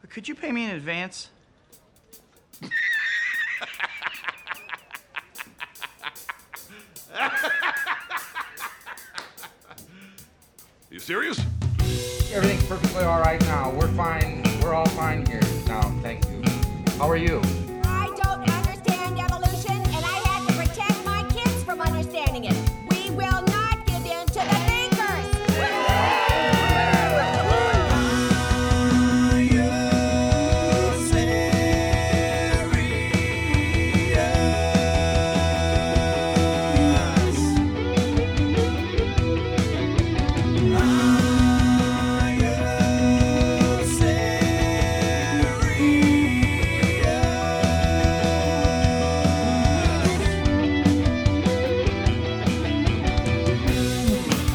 But could you pay me in advance? You serious? Everything's perfectly all right now. We're fine. We're all fine here now. Thank you. How are you? I don't understand evolution, and I had to protect my kids from understanding it. We will not give in to the thinkers.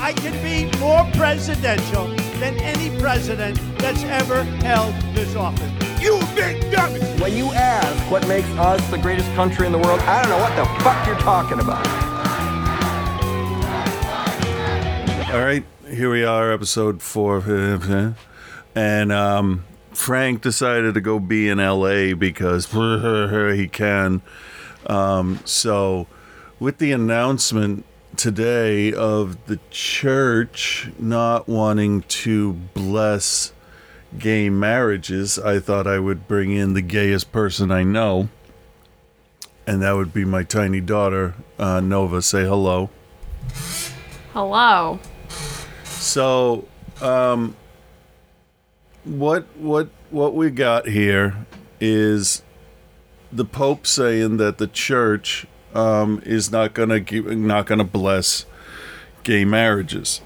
I can be more presidential than any president that's ever held this office. You big dummy! When you ask what makes us the greatest country in the world, I don't know what the fuck you're talking about. All right, here we are, episode four, and um, Frank decided to go be in L.A. because he can. Um, so, with the announcement today of the church not wanting to bless gay marriages, I thought I would bring in the gayest person I know, and that would be my tiny daughter, uh, Nova. Say hello. Hello. So, um, what what what we got here is the Pope saying that the Church um, is not gonna give, not gonna bless gay marriages.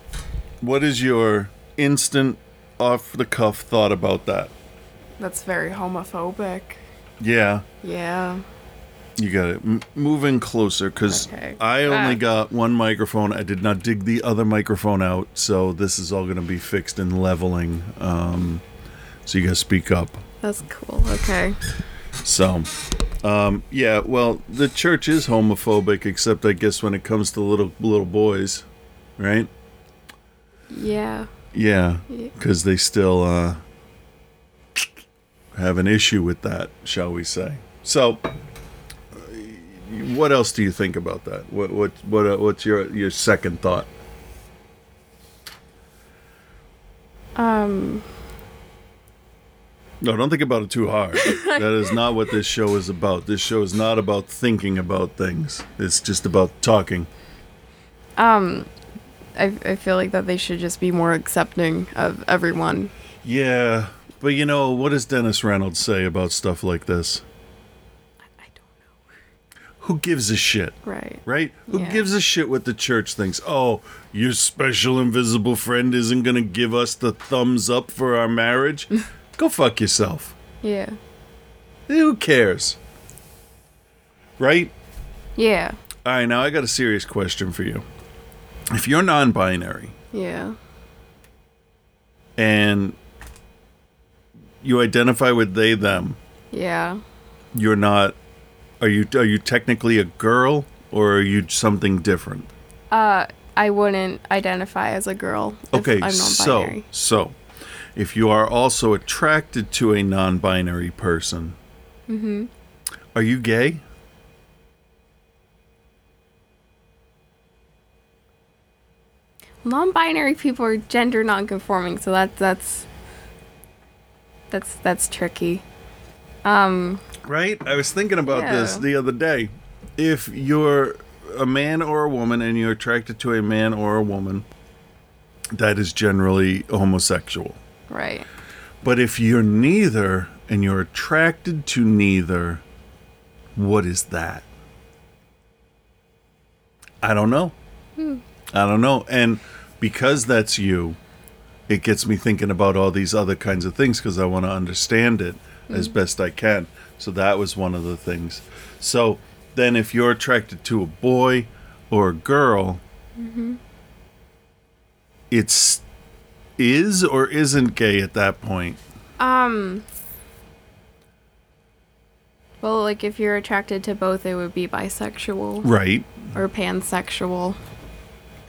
What is your instant off the cuff thought about that? That's very homophobic. Yeah, Yeah. you got it. M- move in closer because Okay. I only Ah. got one microphone. I did not dig the other microphone out, so this is all gonna be fixed and leveling. Um, so you gotta speak up. That's cool. Okay. So, um, yeah, well, the church is homophobic, except I guess when it comes to little little boys, right? Yeah. Yeah, because they still uh, have an issue with that, shall we say? So, uh, what else do you think about that? What what what uh, what's your your second thought? Um No, don't think about it too hard. that is not what this show is about. This show is not about thinking about things. It's just about talking. I I feel like that they should just be more accepting of everyone. Yeah, but you know, what does Dennis Reynolds say about stuff like this? I don't Who gives a shit? know. Right. Right? Who Yeah. gives a shit what the church thinks? Oh, your special invisible friend isn't going to give us the thumbs up for our marriage? Go fuck yourself. Yeah. Who cares? Right? Yeah. All right, now I got a serious question for you. If you're non binary Yeah. and you identify with they, them, Yeah. you're not are you are you technically a girl or are you something different I wouldn't identify as a girl. if okay I'm so non-binary. so if you are also attracted to a non-binary person Mm-hmm. are you gay Non-binary people are gender non-conforming, so that's that's that's that's tricky. right i was thinking about this Yeah. the other day if you're a man or a woman and you're attracted to a man or a woman that is generally homosexual Right. But if you're neither and you're attracted to neither, what is that? I don't know. I don't know. And because that's you, it gets me thinking about all these other kinds of things because I want to understand it as best I can. So that was one of the things. So then, if you're attracted to a boy or a girl, it's is or isn't gay at that point. Um, Well, like if you're attracted to both, it would be bisexual Right. or pansexual.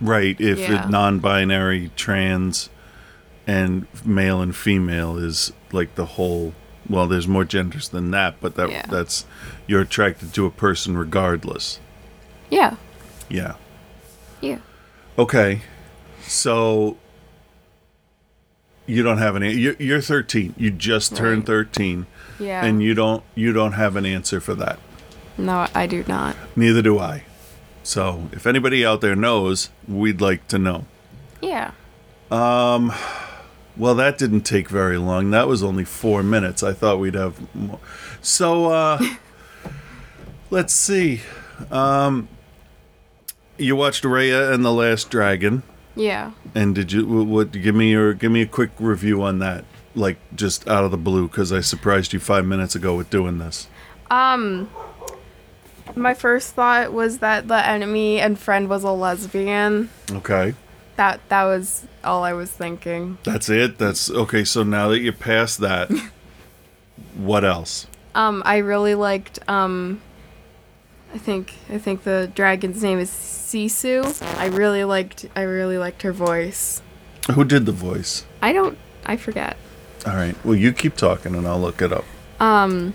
Right. If Yeah. it non binary, trans, and male and female is like the whole well, there's more genders than that, but that Yeah. that's you're attracted to a person regardless. Yeah. Yeah. Yeah. Okay. So you don't have any. You're, you're 13. You just turned Right. 13, Yeah. and you don't you don't have an answer for that. No, I do not. Neither do I. So if anybody out there knows, we'd like to know. Yeah. Well, that didn't take very long. That was only four minutes. I thought we'd have more. So, uh, let's see. Um, you watched Raya and the Last Dragon, Yeah. and did you? wh- What? Give me your. Give me a quick review on that. Like just out of the blue, because I surprised you five minutes ago with doing this. Um, My first thought was that the enemy and friend was a lesbian. Okay, That that was all I was thinking. that's it. That's okay. So now that you're past that, what else? Um, I really liked um I think I think the dragon's name is Sisu. I really liked I really liked her voice. Who did the voice? I don't I forget. All right. Well, you keep talking, and I'll look it up. Um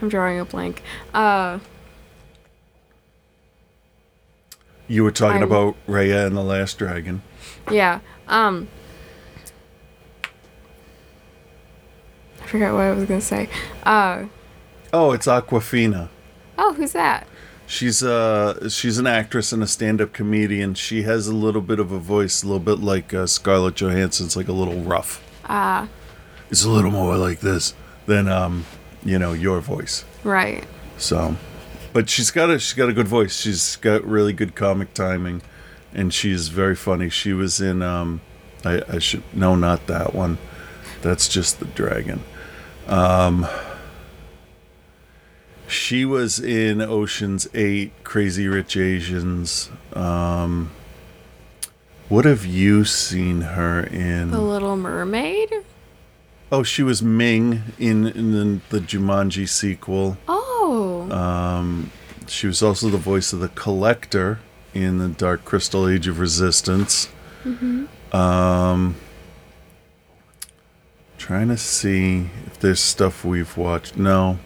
I'm drawing a blank. Uh You were talking I'm- about Raya and the Last Dragon. yeah. Um I forgot what I was gonna say. Uh Oh, it's Aquafina. oh who's that? She's uh she's an actress and a stand-up comedian. She has a little bit of a voice, a little bit like uh, Scarlett Johansson's, like a little rough. Ah. It's a little more like this than um, you know, your voice. Right. So, but she's got a she's got a good voice. She's got really good comic timing, and she's very funny. She was in um, I, I should no, not that one. That's just the dragon. Um, she was in Ocean's Eight, Crazy Rich Asians. Um, what have you seen her in? The Little Mermaid? Oh, she was Ming in, in the, the Jumanji sequel. Oh. Uh, She was also the voice of the collector in the Dark Crystal Age of Resistance. Um, trying to see if there's stuff we've watched. No.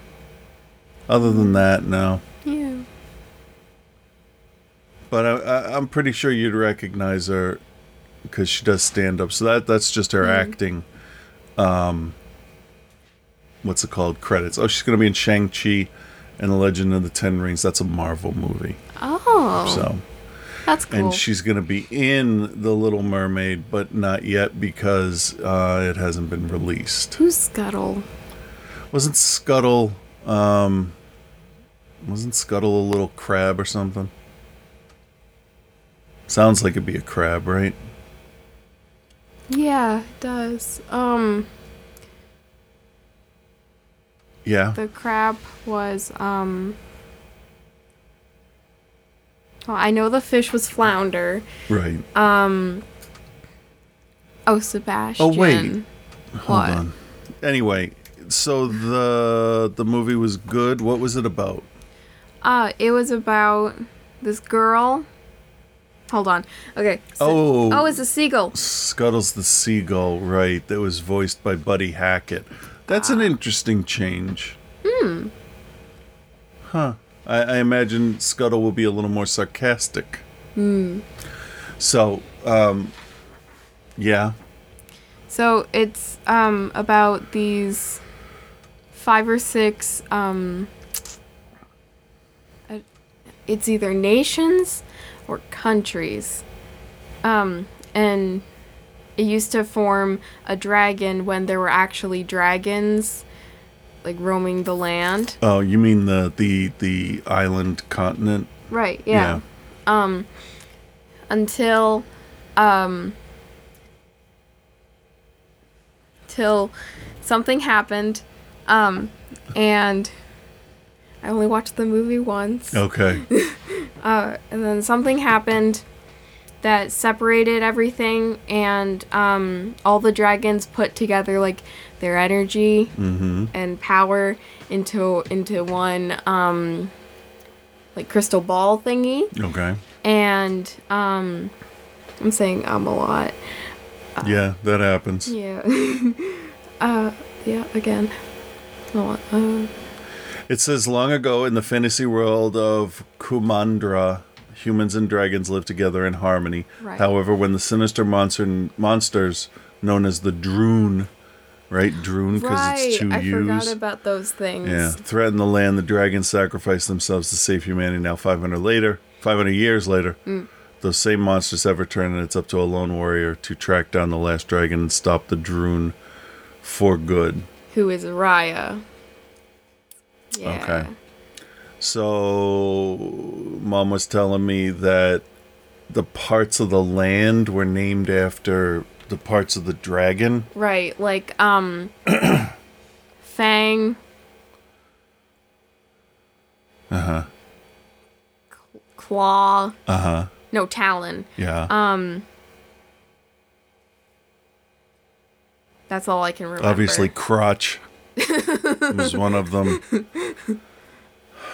Other than that, no. yeah. But I, I, I'm pretty sure you'd recognize her because she does stand up. So that that's just her acting. Um, what's it called? Credits. Oh, she's going to be in Shang Chi and the Legend of the Ten Rings. That's a Marvel movie. Oh. So. That's cool. and she's going to be in the Little Mermaid, but not yet because uh, it hasn't been released. Who's Scuttle? Wasn't Scuttle, um, wasn't Scuttle a little crab or something? Sounds like it'd be a crab, right? Yeah, it does. Um, Yeah. the crab was um. Oh, I know the fish was flounder. Right. Oh, Sebastian. Oh, wait. Hold What? on. Anyway, so the the movie was good. What was it about? Uh, it was about this girl. Hold on. Okay. Oh. Oh, it's a seagull. Scuttles the Seagull, right, that was voiced by Buddy Hackett. That's an interesting change. Hmm. Huh. I, I imagine Scuttle will be a little more sarcastic. Hmm. So, um, yeah. So it's um about these five or six um uh, it's either nations or countries. Um and it used to form a dragon when there were actually dragons like roaming the land. Oh, you mean the the the island continent? Right, yeah. Until um till something happened. Um and I only watched the movie once. Yeah. Okay. And then something happened that separated everything and um all the dragons put together like their energy and power into into one um like crystal ball thingy okay. and um i'm saying um a lot Yeah, that happens. yeah Uh, yeah, again. Hold on. Uh, It says long ago in the fantasy world of Kumandra, humans and dragons live together in harmony. Right. However, when the sinister monster monsters known as the Droon, right, Droon because right, it's two I U's, forgot about those things. yeah, threaten the land. The dragons sacrifice themselves to save humanity. Now, 500 later, 500 years later, Mm. those same monsters have returned, and it's up to a lone warrior to track down the last dragon and stop the Droon for good. Who is Raya? Yeah. Okay. So, mom was telling me that the parts of the land were named after the parts of the dragon. Right, like um Fang. Uh-huh. Uh-huh. Claw. Uh-huh. No, Talon. Yeah. That's all I can remember. Obviously, crotch was one of them.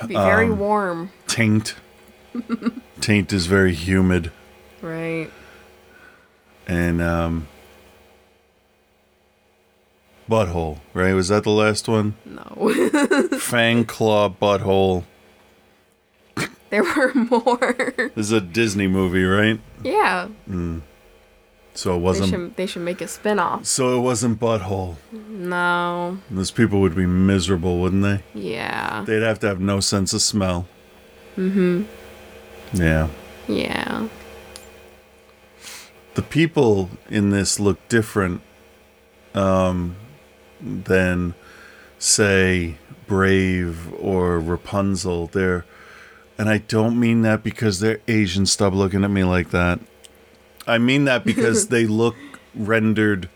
Be very um, warm. Taint. Taint is very humid. Right. And, um, butthole, right? Was that the last one? No. Fang, claw, butthole. there were more. This is a Disney movie, right? yeah. So it They wasn't. should they should make a spin-off. So it wasn't butthole. No. Those people would be miserable, wouldn't they? Yeah. They'd have to have no sense of smell. Mm-hmm. Yeah. Yeah. The people in this look different um, than, say, Brave or Rapunzel. They're, and I don't mean that because they're Asian. Stop looking at me like that. I mean that because they look rendered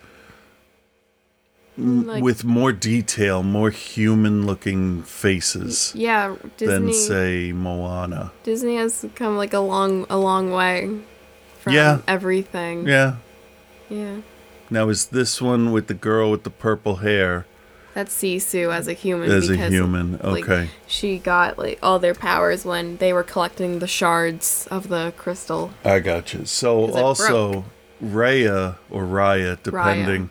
Like, with more detail, more human-looking faces yeah, than, Disney say, Moana. Disney has come like a long a long way from Yeah. everything. Yeah. Yeah. Now is this one with the girl with the purple hair That's Sisu as a human. as a because, human? like, Okay. she got like all their powers when they were collecting the shards of the crystal. I got you. So 'Cause it also Raya or Raya, depending,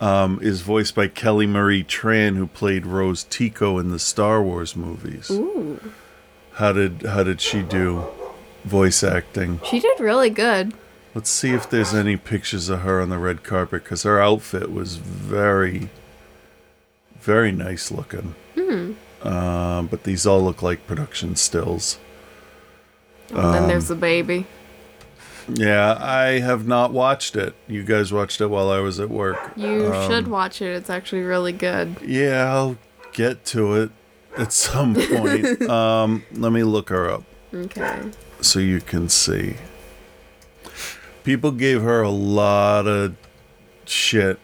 Um, is voiced by Kelly Marie Tran, who played Rose Tico in the Star Wars movies. Ooh, How did how did she do voice acting? she did really good. Let's see if there's any pictures of her on the red carpet because her outfit was very, very nice looking. Hmm. Uh, but these all look like production stills. And then there's Um, the baby. Yeah, I have not watched it. You guys watched it while I was at work. You um, should watch it. It's actually really good. Yeah, I'll get to it at some point. um, let me look her up Okay. so you can see. People gave her a lot of shit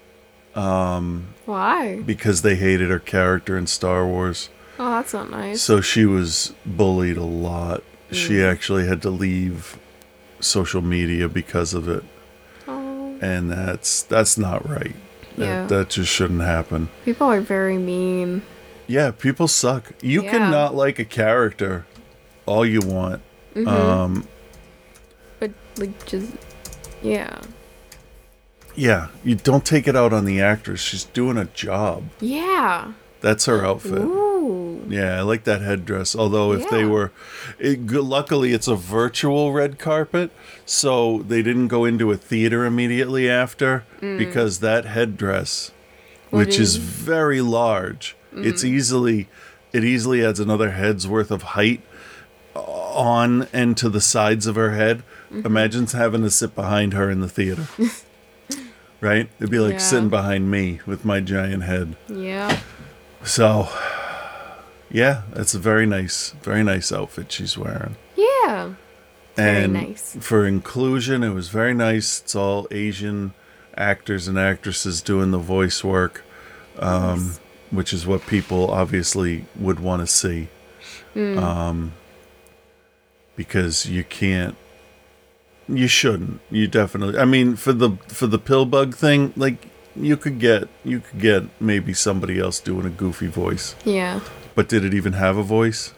Why? because they hated her character in Star Wars. Oh, that's not nice. So she was bullied a lot. She actually had to leave social media because of it. Oh, And that's that's not right. Yeah. That, that just shouldn't happen. people are very mean. Yeah, people suck. You Yeah. cannot like a character all you want. Um, But like just yeah. yeah, you don't take it out on the actress. She's doing a job. Yeah. That's her outfit. Ooh. Yeah, I like that headdress. Although if they Yeah. were, it, g- luckily it's a virtual red carpet, so they didn't go into a theater immediately after because that headdress, Mm. What which is is- Mm. very large, it's easily, it easily adds another head's worth of height uh, on and to the sides of her head. Mm-hmm. Imagine having to sit behind her in the theater. Right? It'd be like Yeah. sitting behind me with my giant head. Yeah. So, yeah, that's a very nice, very nice outfit she's wearing. Yeah. very and nice. for inclusion, it was very nice. It's all Asian actors and actresses doing the voice work, um, which is what people obviously would want to see. Um, Hmm. because you can't, you shouldn't. You definitely. I mean, for the for the pill bug thing, like you could get you could get maybe somebody else doing a goofy voice. Yeah. But did it even have a voice?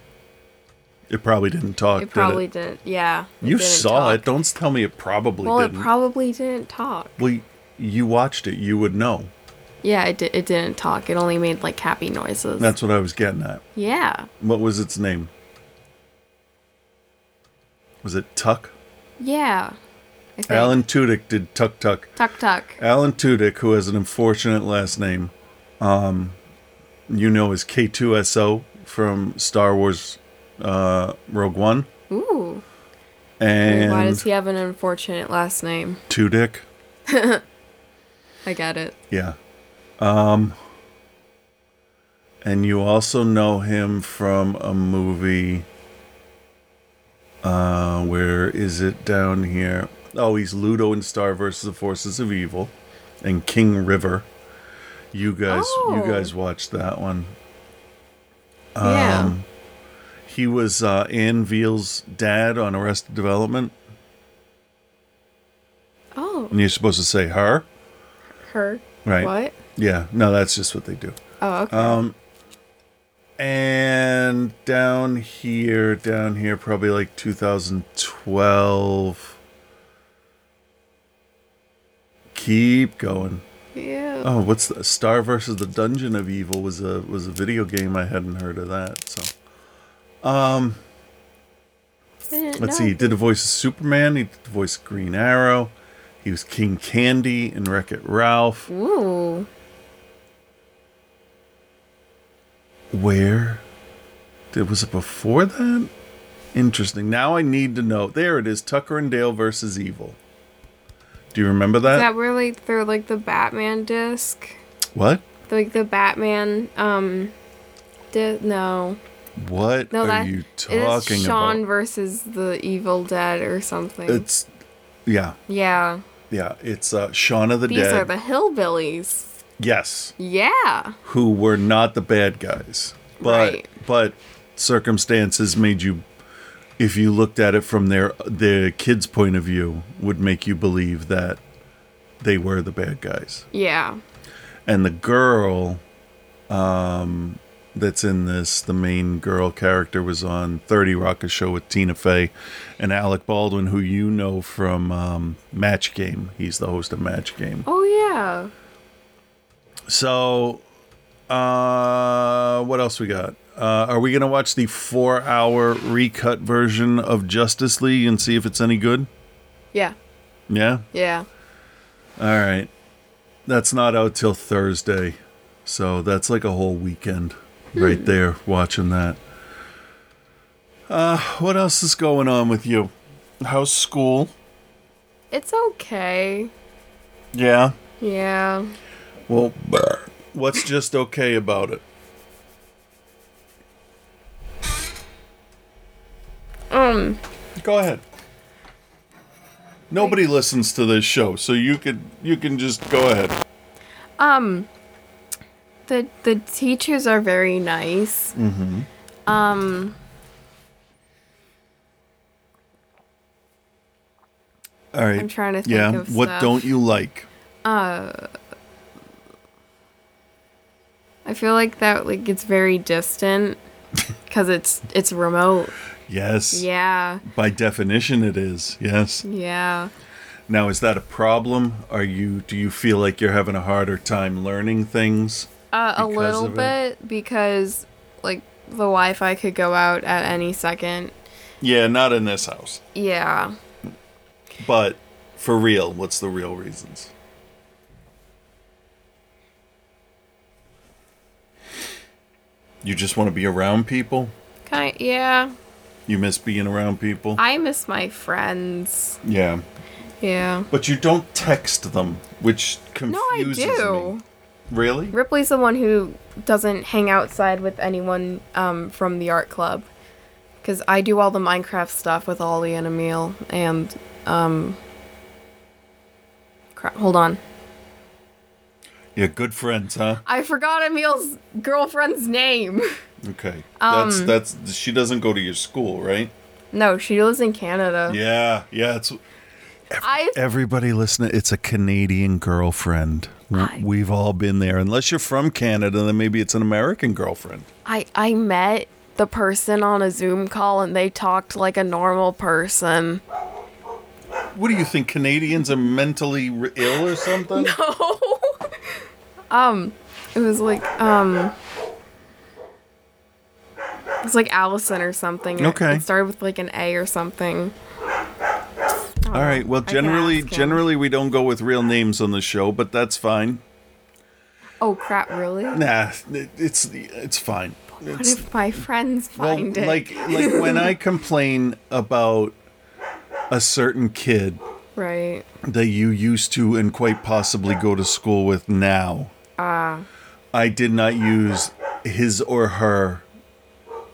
It probably didn't talk. It probably did it? didn't. Yeah. it You didn't saw talk. it. Don't tell me it probably Well, didn't. it probably didn't talk. well, you watched it. You would know. Yeah, it, di- it didn't talk. It only made like happy noises. That's what I was getting at. yeah. What was its name? Was it Tuck? Yeah. I think. Alan Tudyk did Tuck Tuck. Tuck Tuck. Alan Tudyk, who has an unfortunate last name, um, you know is K2SO from Star Wars uh, Rogue One. Ooh. And Why does he have an unfortunate last name? Tudyk. I get it. Yeah. Um, and you also know him from a movie. Uh, where is it down here? Oh, he's Ludo in Star versus the Forces of Evil, and King River. You guys, Oh. you guys watched that one. Um, yeah. He was uh, Ann Veal's dad on Arrested Development, Oh, and you're supposed to say her, her. right? What? Yeah. No, that's just what they do. Um, Oh, okay. and down here, down here, probably like 2012. Keep going. yeah. Oh, what's the Star versus the Dungeon of Evil was a was a video game I hadn't heard of that. So I didn't let's know. see. He did the voice of Superman. He did the voice of Green Arrow. He was King Candy in Wreck It Ralph. Ooh. Where? Did, was it before that? Interesting. Now I need to know. There it is Tucker and Dale versus Evil. Do you remember that? Is that where like they're like the Batman disc? what? Like the Batman um di- no. What No are that you it talking is Sean about? versus the Evil Dead or something. It's yeah, yeah. yeah. It's uh, Shaun of the These Dead. are the hillbillies. yes, Yeah. who were not the bad guys, but Right. but circumstances made you, if you looked at it from their their kids' point of view, would make you believe that they were the bad guys. Yeah. and the girl um that's in this the main girl character was on 30 rock a show with tina fey and alec baldwin who you know from um, match game he's the host of match game Oh yeah. so uh what else we got uh, are we gonna watch the four-hour recut version of Justice League and see if it's any good? Yeah. Yeah. Yeah. All right. That's not out till Thursday. So that's like a whole weekend Hmm. right there watching that. Uh, what else is going on with you? How's school? It's okay. Yeah. Yeah. Well, what's just okay about it? Um Go ahead. Nobody listens to this show, so you could you can just go ahead. Um, the the teachers are very nice. Mm. Mm-hmm. Um, All right. I'm trying to think yeah. of what stuff. don't you like? I feel like that like it's very distant because it's it's remote. Yes. Yeah, By definition, it is. Yes. yeah. Now, is that a problem? Are you do you feel like you're having a harder time learning things? Uh, a Because little of it. bit because like the Wi-Fi could go out at any second. Yeah, not in this house. Yeah. But for real, what's the real reasons? You just want to be around people? Kind yeah. You miss being around people? I miss my friends. yeah. Yeah. But you don't text them, which No, I confuses do. me. Really? Ripley's the one who doesn't hang outside with anyone um, from the art club. Because I do all the Minecraft stuff with Ollie and Emil and. Um, crap, hold on. Yeah, good friends, huh? I forgot Emil's girlfriend's name. Okay. Um, that's that's she doesn't go to your school, right? no, she lives in Canada. Yeah, yeah, it's I Everybody listening, it's a Canadian girlfriend. W- Hi. We've all been there. Unless you're from Canada, then maybe it's an American girlfriend. I I met the person on a Zoom call and they talked like a normal person. What do you think? Canadians are mentally r- ill or something? Oh, Um, it was like um, it's like Allison or something. Okay. It started with like an A or something. All right. Well, can generally, ask him. generally we don't go with real names on the show, but that's fine. Oh crap! Really? What Nah, it- it's it's fine. It's, if my friends well, find it? like like when I complain about a certain kid right. that you used to and quite possibly go to school with now. Ah. I did not use his or her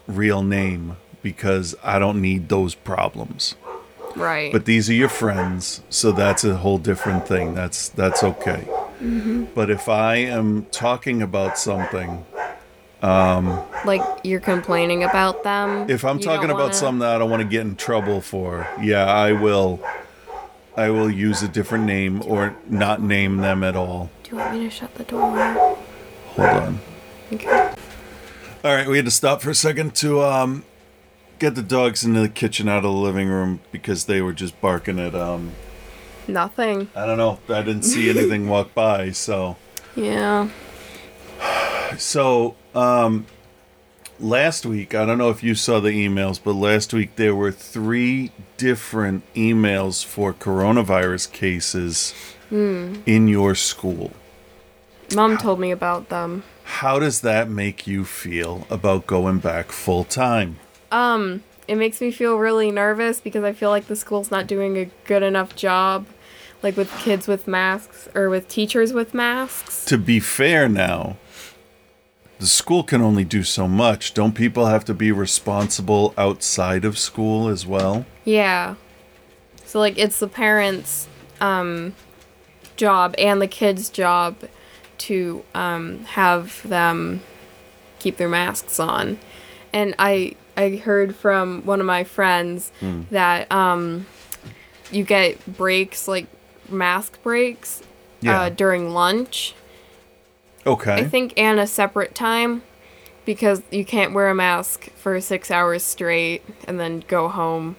real name because I don't need those problems. Right. But these are your friends, so that's a whole different thing. That's that's okay. Mm-hmm. But if I am talking about something, like you're complaining about them. if I'm you talking don't about wanna- something that I don't want to get in trouble for, yeah, I will I will use a different name or not name them at all. Do you want me to shut the door? Hold on. Okay. All right, we had to stop for a second to um, get the dogs into the kitchen out of the living room because they were just barking at. Um, Nothing. I don't know. I didn't see anything walk by, so Yeah. so um, last week I don't know if you saw the emails, but last week there were three different emails for coronavirus cases in your school. Mom told me about them. How does that make you feel about going back full time? it makes me feel really nervous because I feel like the school's not doing a good enough job, like with kids with masks or with teachers with masks. to be fair now the school can only do so much don't people have to be responsible outside of school as well Yeah. So like it's the parents' um, job and the kids' job to um, have them keep their masks on, and I I heard from one of my friends that um, you get breaks like mask breaks Yeah. uh, during lunch okay I think and a separate time because you can't wear a mask for six hours straight and then go home.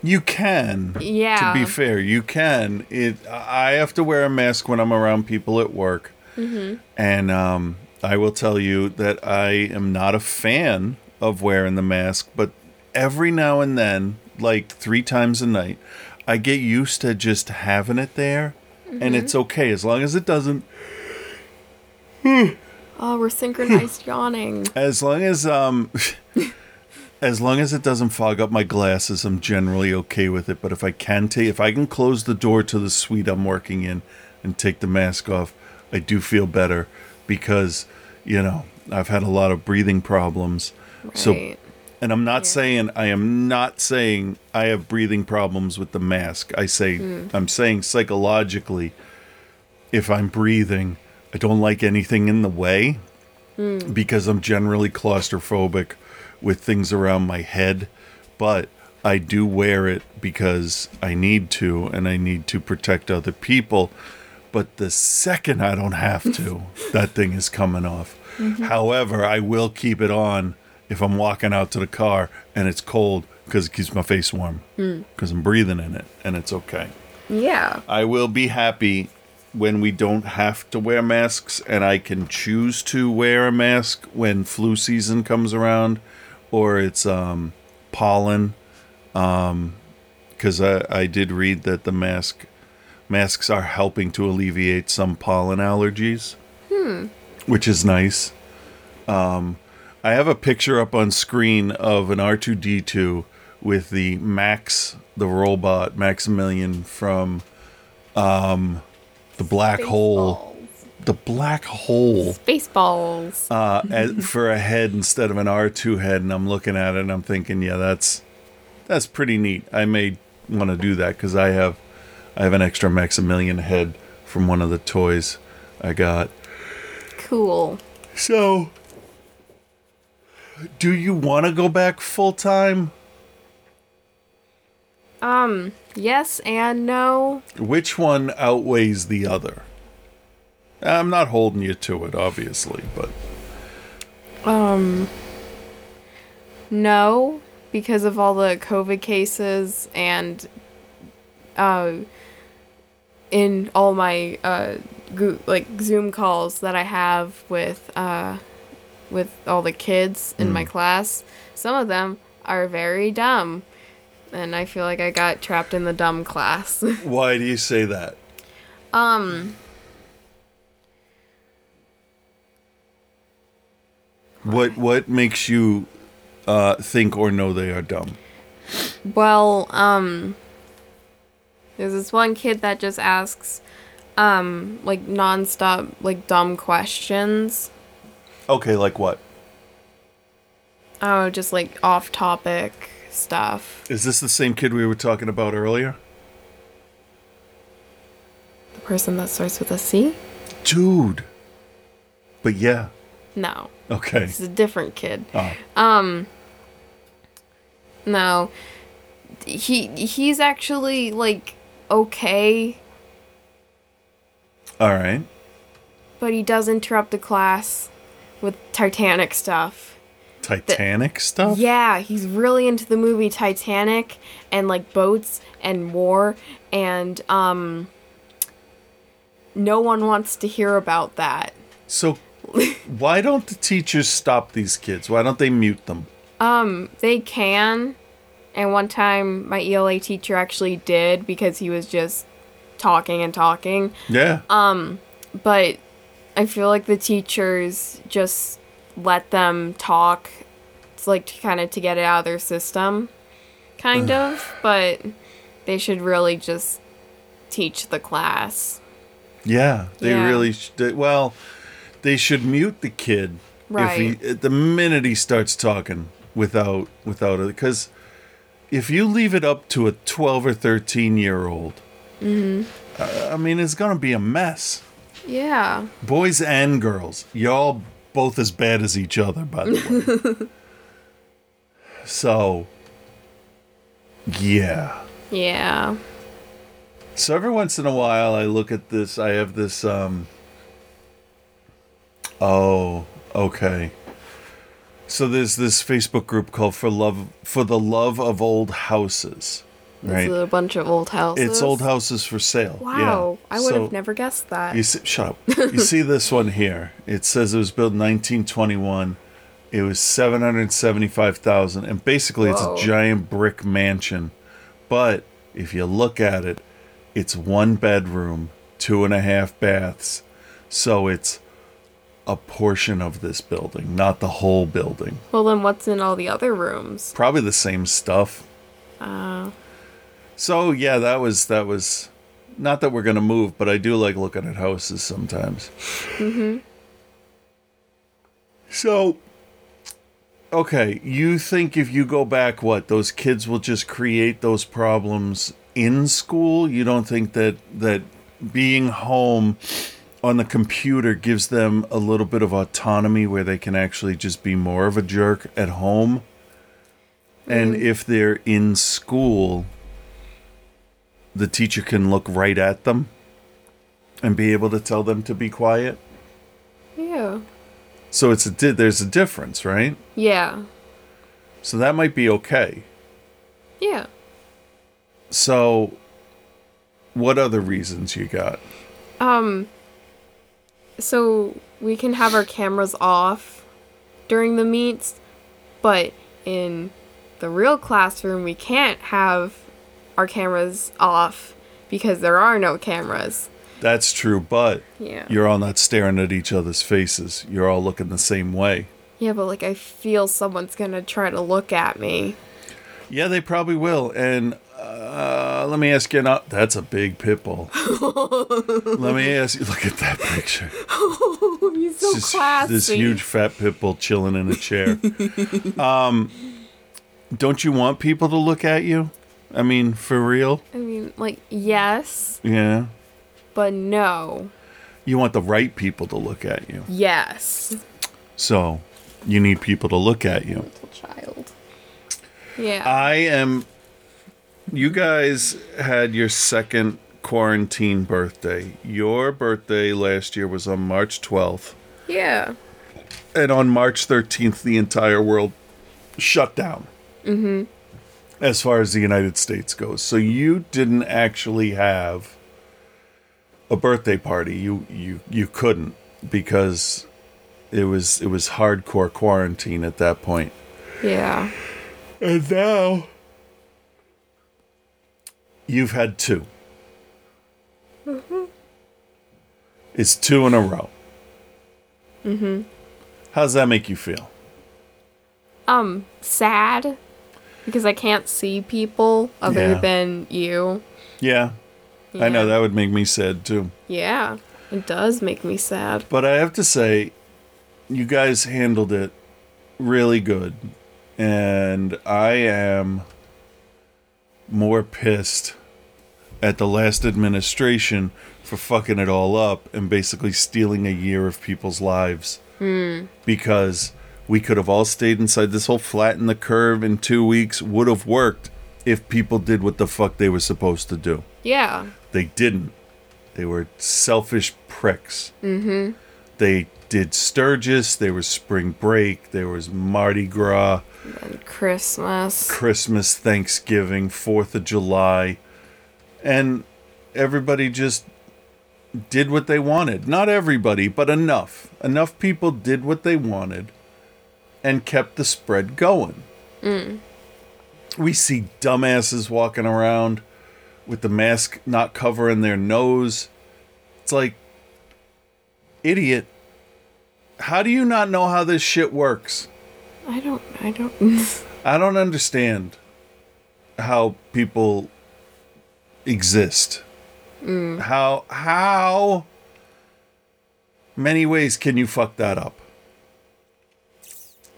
you can Yeah. to be fair you can it i have to wear a mask when i'm around people at work Mm-hmm. and um, i will tell you that i am not a fan of wearing the mask but every now and then like three times a night i get used to just having it there Mm-hmm. and it's okay as long as it doesn't Oh, we're synchronized yawning. As long as um as long as it doesn't fog up my glasses, I'm generally okay with it. But if I can take if I can close the door to the suite I'm working in and take the mask off, I do feel better because, you know, I've had a lot of breathing problems. So Right. and I'm not saying I am not saying I have breathing problems with the mask. I say I'm saying psychologically if I'm breathing, I don't like anything in the way because I'm generally claustrophobic with things around my head, but I do wear it because I need to and I need to protect other people. But the second I don't have to, that thing is coming off. However, I will keep it on if I'm walking out to the car and it's cold because it keeps my face warm because I'm breathing in it and it's okay. Yeah. I will be happy when we don't have to wear masks and I can choose to wear a mask when flu season comes around or it's um, pollen. Because I, I did read that the mask masks are helping to alleviate some pollen allergies, which is nice. Um, I have a picture up on screen of an R2D2 with the Max, the robot Maximilian from um, the black hole the black hole Baseballs. uh, as, for a head instead of an r2 head and i'm looking at it and i'm thinking yeah that's that's pretty neat i may want to do that because i have i have an extra maximilian head from one of the toys i got Cool. so do you want to go back full time Yes and no. which one outweighs the other i'm not holding you to it obviously but Um no because of all the COVID cases and uh in all my uh, goo like Zoom calls that I have with uh, with all the kids in my class, some of them are very dumb, and I feel like I got trapped in the dumb class. Why do you say that? um, What what makes you uh, think or know they are dumb? well, um, there's this one kid that just asks, um, like nonstop, like dumb questions. Okay, like what? Oh, just like off topic stuff. Is this the same kid we were talking about earlier? The person that starts with a C? Dude. But yeah. No. Okay. It's a different kid. Um, Oh. No. He he's actually like okay, All right. but he does interrupt the class with Titanic stuff. Titanic stuff? Yeah, he's really into the movie Titanic and like boats and war and um no one wants to hear about that. So why don't the teachers stop these kids? Why don't they mute them? They can. And one time my ELA teacher actually did because he was just talking and talking. Yeah. but I feel like the teachers just let them talk. It's like to kind of to get it out of their system, kind of. But they should really just teach the class. yeah. They yeah. really sh- they, well, they should mute the kid Right. if he at the minute he starts talking without without it cuz if you leave it up to a 12 or 13 year old, Mm-hmm. I, I mean it's going to be a mess. Yeah. boys and girls y'all both as bad as each other by the way so yeah Yeah. so every once in a while i look at this i have this um oh okay so there's this facebook group called for love for the love of old houses This right is a bunch of old houses. it's old houses for sale yeah. Wow. I would So- have never guessed that. You see, shut up. You see this one here. It says it was built in 1921. It was 775,000 and basically Whoa. it's a giant brick mansion. But if you look at it, it's one bedroom, two and a half baths. So it's a portion of this building, not the whole building. well, then what's in all the other rooms? Probably the same stuff. Uh, So yeah, that was that was not that we're gonna move, but I do like looking at houses sometimes. So okay, you think if you go back what, those kids will just create those problems in school? You don't think that that being home on the computer gives them a little bit of autonomy where they can actually just be more of a jerk at home? And if they're in school, the teacher can look right at them and be able to tell them to be quiet. yeah. So it's a di- there's a difference, right? Yeah. So that might be okay. Yeah. So what other reasons you got? Um, so we can have our cameras off during the meets, but in the real classroom, we can't have our cameras off because there are no cameras. That's true, but Yeah. you're all not staring at each other's faces. You're all looking the same way. Yeah, but like I feel someone's gonna try to look at me. Yeah, they probably will. And uh, let me ask you, not that's a big pit bull. let me ask you. Look at that picture. He's so this, classy. this huge fat pit bull chilling in a chair. um, don't you want people to look at you? I mean, for real? I mean, like yes, Yeah. but no. You want the right people to look at you. Yes. So you need people to look at you. Little child. Yeah. I am. You guys had your second quarantine birthday. Your birthday last year was on March 12th. yeah. and on March 13th, the entire world shut down. Mm-hmm. As far as the United States goes, so you didn't actually have a birthday party, you you you couldn't because it was it was hardcore quarantine at that point. Yeah. And now you've had 2 It's two in a row. Mm-hmm. How's that make you feel? Um, sad because I can't see people other Yeah. than you. Yeah, I know Yeah. that would make me sad too. Yeah. It does make me sad. But I have to say, you guys handled it really good. And I am more pissed at the last administration for fucking it all up and basically stealing a year of people's lives. Because we could have all stayed inside. This whole flatten the curve in two weeks would have worked if people did what the fuck they were supposed to do. Yeah. They didn't. They were selfish pricks. Mm-hmm. They did Sturgis. There was spring break. There was Mardi Gras, Christmas. Christmas, Thanksgiving, Fourth of July, and everybody just did what they wanted. Not everybody, but enough. Enough people did what they wanted and kept the spread going. We see dumbasses walking around with the mask not covering their nose. It's like, idiot, how do you not know how this shit works? I don't I don't I don't understand how people exist. How how many ways can you fuck that up?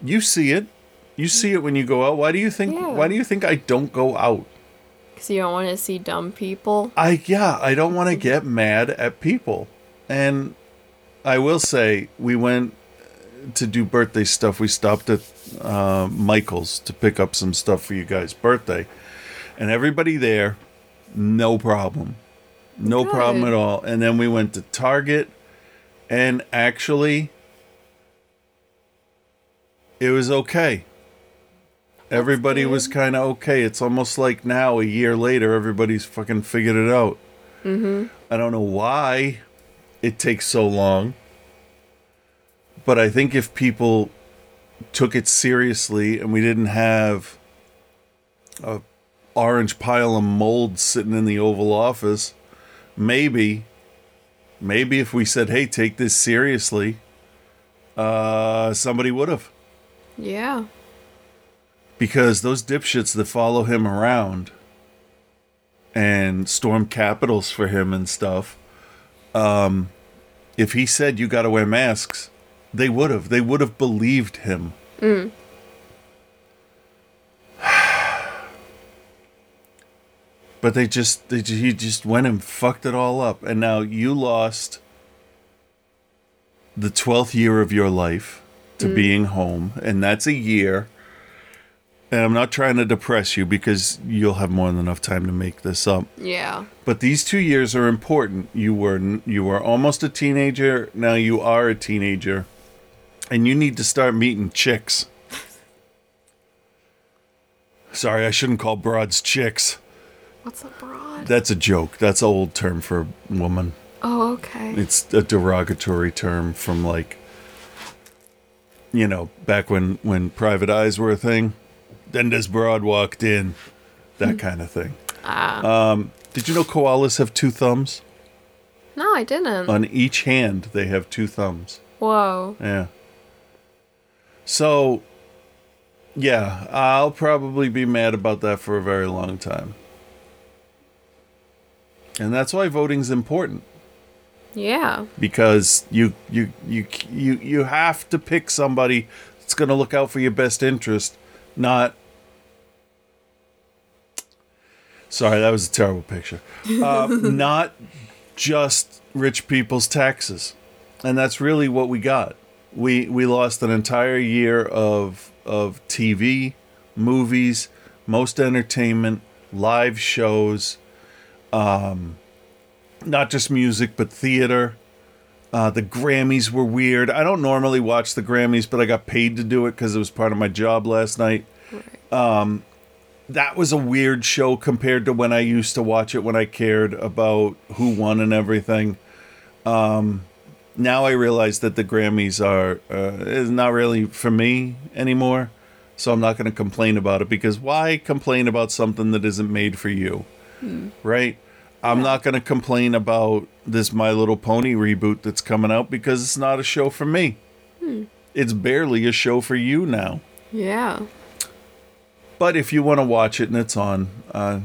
You see it. You see it when you go out. Why do you think Yeah. why do you think I don't go out? cuz you don't want to see dumb people. I yeah, I don't want to get mad at people. And I will say we went to do birthday stuff. We stopped at uh, Michael's to pick up some stuff for you guys' birthday, and everybody there, no problem, no Good. problem at all. And then we went to Target, and actually, it was okay. Everybody was kind of okay. It's almost like now, a year later, everybody's fucking figured it out. I don't know why it takes so long, but I think if people took it seriously and we didn't have a orange pile of mold sitting in the Oval Office, maybe, maybe if we said, "Hey, take this seriously," uh, somebody would have Yeah. because those dipshits that follow him around and storm capitals for him and stuff um if he said you got to wear masks they would have they would have believed him but they just they ju- he just went and fucked it all up and now you lost the 12th year of your life to being home and that's a year and I'm not trying to depress you because you'll have more than enough time to make this up. Yeah. But these two years are important. You were you were almost a teenager. Now you are a teenager, and you need to start meeting chicks. Sorry, I shouldn't call broads chicks. What's abroad? That's a joke. That's an old term for a woman. Oh, okay. It's a derogatory term from like, you know, back when when private eyes were a thing. Then this broad walked in, that kind of thing. Um, did you know koalas have two thumbs No, I didn't. on each hand? They have two thumbs. Whoa. Yeah. So, yeah, I'll probably be mad about that for a very long time. And that's why voting's important Yeah. because you you you you you have to pick somebody that's going to look out for your best interest, not. Sorry, that was a terrible picture. Uh, not just rich people's taxes, and that's really what we got. We we lost an entire year of of TV, movies, most entertainment, live shows, um, not just music but theater. Uh, the Grammys were weird. I don't normally watch the Grammys, but I got paid to do it because it was part of my job last night. Um, that was a weird show compared to when I used to watch it when I cared about who won and everything. Um, now I realize that the Grammys are uh, is not really for me anymore, so I'm not going to complain about it because why complain about something that isn't made for you, right? I'm not going to complain about this My Little Pony reboot that's coming out because it's not a show for me. It's barely a show for you now. Yeah. But if you want to watch it and it's on, uh,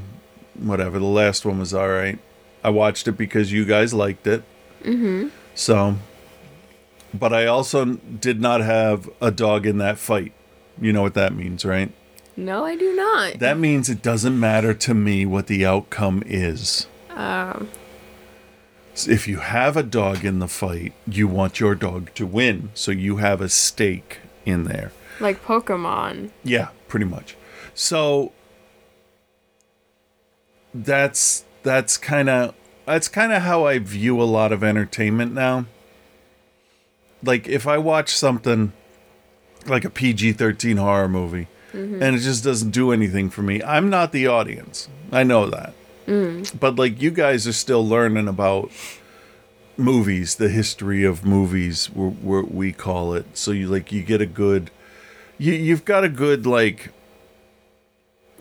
whatever. The last one was all right. I watched it because you guys liked it. Mm-hmm. So, but I also did not have a dog in that fight. You know what that means, right? No, I do not. That means it doesn't matter to me what the outcome is. Um. If you have a dog in the fight, you want your dog to win. So you have a stake in there. like Pokemon. Yeah, pretty much. So that's that's kind of that's kind of how I view a lot of entertainment now. Like if I watch something like a PG-13 horror movie and it just doesn't do anything for me, I'm not the audience. I know that. But like you guys are still learning about movies, the history of movies, what we call it. So you like you get a good you you've got a good like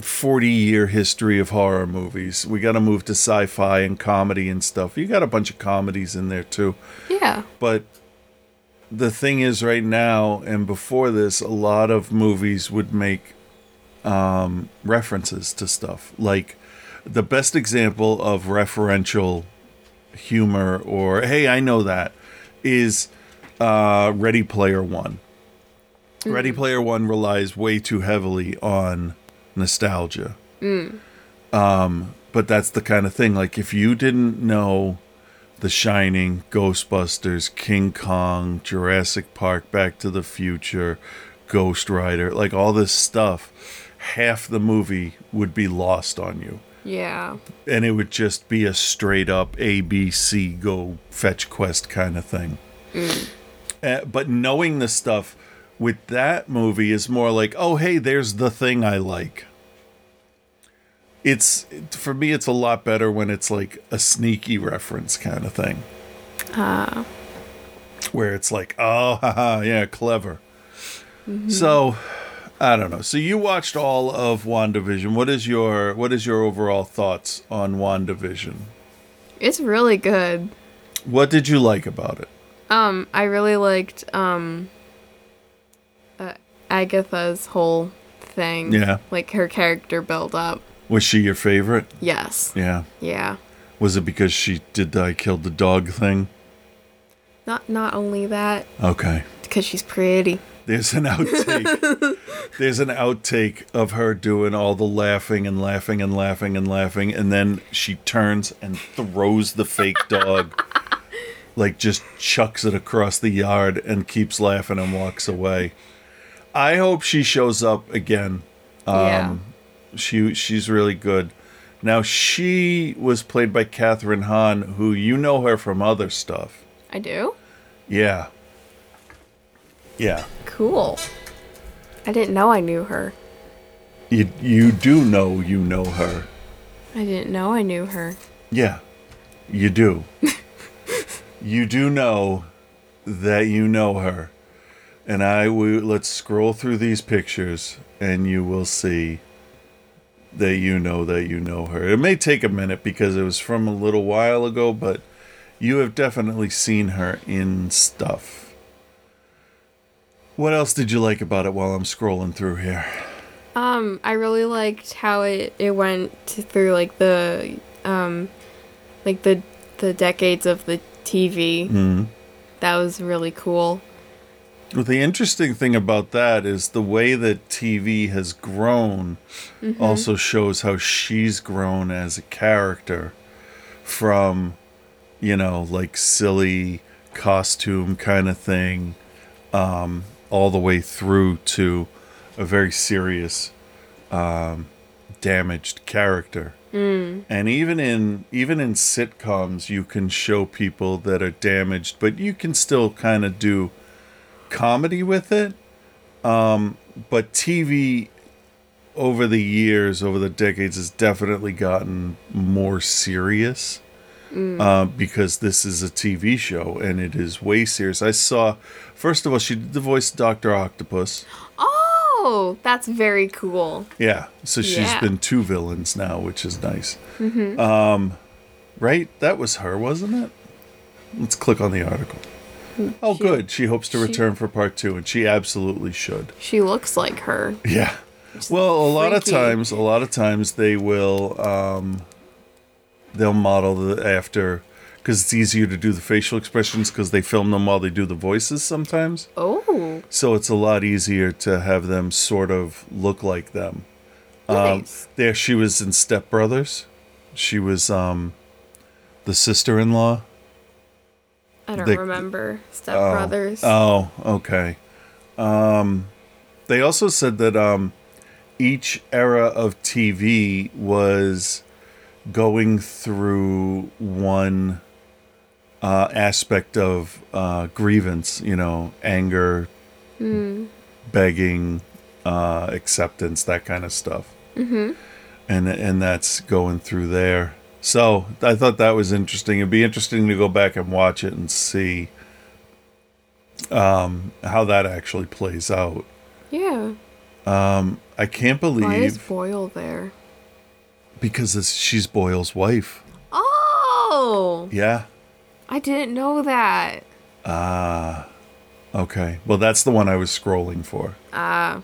40 year history of horror movies. We got to move to sci-fi and comedy and stuff. You got a bunch of comedies in there too. Yeah. But the thing is right now and before this a lot of movies would make um references to stuff. Like the best example of referential humor or hey, I know that is uh Ready Player 1. Ready Player One relies way too heavily on nostalgia. Um, but that's the kind of thing. Like if you didn't know The Shining, Ghostbusters, King Kong, Jurassic Park, Back to the Future, Ghost Rider, like all this stuff, half the movie would be lost on you. Yeah. And it would just be a straight up A B C go fetch quest kind of thing. Uh, but knowing the stuff with that movie is more like, oh, hey, there's the thing I like. It's for me, it's a lot better when it's like a sneaky reference kind of thing. Where it's like, oh, haha, yeah, clever. So, I don't know. So you watched all of WandaVision. What is your what is your overall thoughts on WandaVision? It's really good. What did you like about it? Um, I really liked um uh, Agatha's whole thing. Yeah. Like her character build up. Was she your favorite? Yes. Yeah. Yeah. Was it because she did the I killed the dog thing? Not not only that, Okay. because she's pretty. There's an outtake. There's an outtake of her doing all the laughing and laughing and laughing and laughing, and then she turns and throws the fake dog, like just chucks it across the yard and keeps laughing and walks away. I hope she shows up again. Um, yeah. She she's really good. Now she was played by Katherine Hahn, who you know her from other stuff. I do. Yeah. Yeah. Cool. I didn't know I knew her. You you do know you know her. I didn't know I knew her. Yeah. You do. you do know that you know her. And I will let's scroll through these pictures and you will see that you know that you know her. It may take a minute because it was from a little while ago, but you have definitely seen her in stuff. What else did you like about it while I'm scrolling through here? Um, I really liked how it, it went to- through like the um like the the decades of the TV. Mm. That was really cool. Well, the interesting thing about that is the way that TV has grown also shows how she's grown as a character from, you know, like silly costume kind of thing, um, all the way through to a very serious, um, damaged character. And even in even in sitcoms, you can show people that are damaged, but you can still kind of do comedy with it. Um, but TV over the years, over the decades, has definitely gotten more serious uh, because this is a TV show and it is way serious. I saw, first of all, she did the voice of Dr. Octopus. Oh, that's very cool. Yeah. So she's Yeah. been two villains now, which is nice. Um, right? That was her, wasn't it? Let's click on the article. Oh, good. She hopes to return for part two, and she absolutely should. She looks like her. Yeah. Well, a lot of freaky. times, a lot of times they will, um, they'll model the after, because it's easier to do the facial expressions because they film them while they do the voices sometimes. Oh, So it's a lot easier to have them sort of look like them. Um, nice. There, she was in Step Brothers. She was um, the sister-in-law. I don't the- um, remember Step Brothers. Oh, okay. Um, they also said that um, each era of TV was going through one uh, aspect of uh, grievance, you know, anger, begging, uh, acceptance, that kind of stuff. Mm-hmm. And and that's going through there. So I thought that was interesting. It'd be interesting to go back and watch it and see how that actually plays out. yeah. I can't Why is believe Boyle there? because it's, she's Boyle's wife. Oh, Yeah. I didn't know that. Okay. Well, that's the one I was scrolling for. Ah.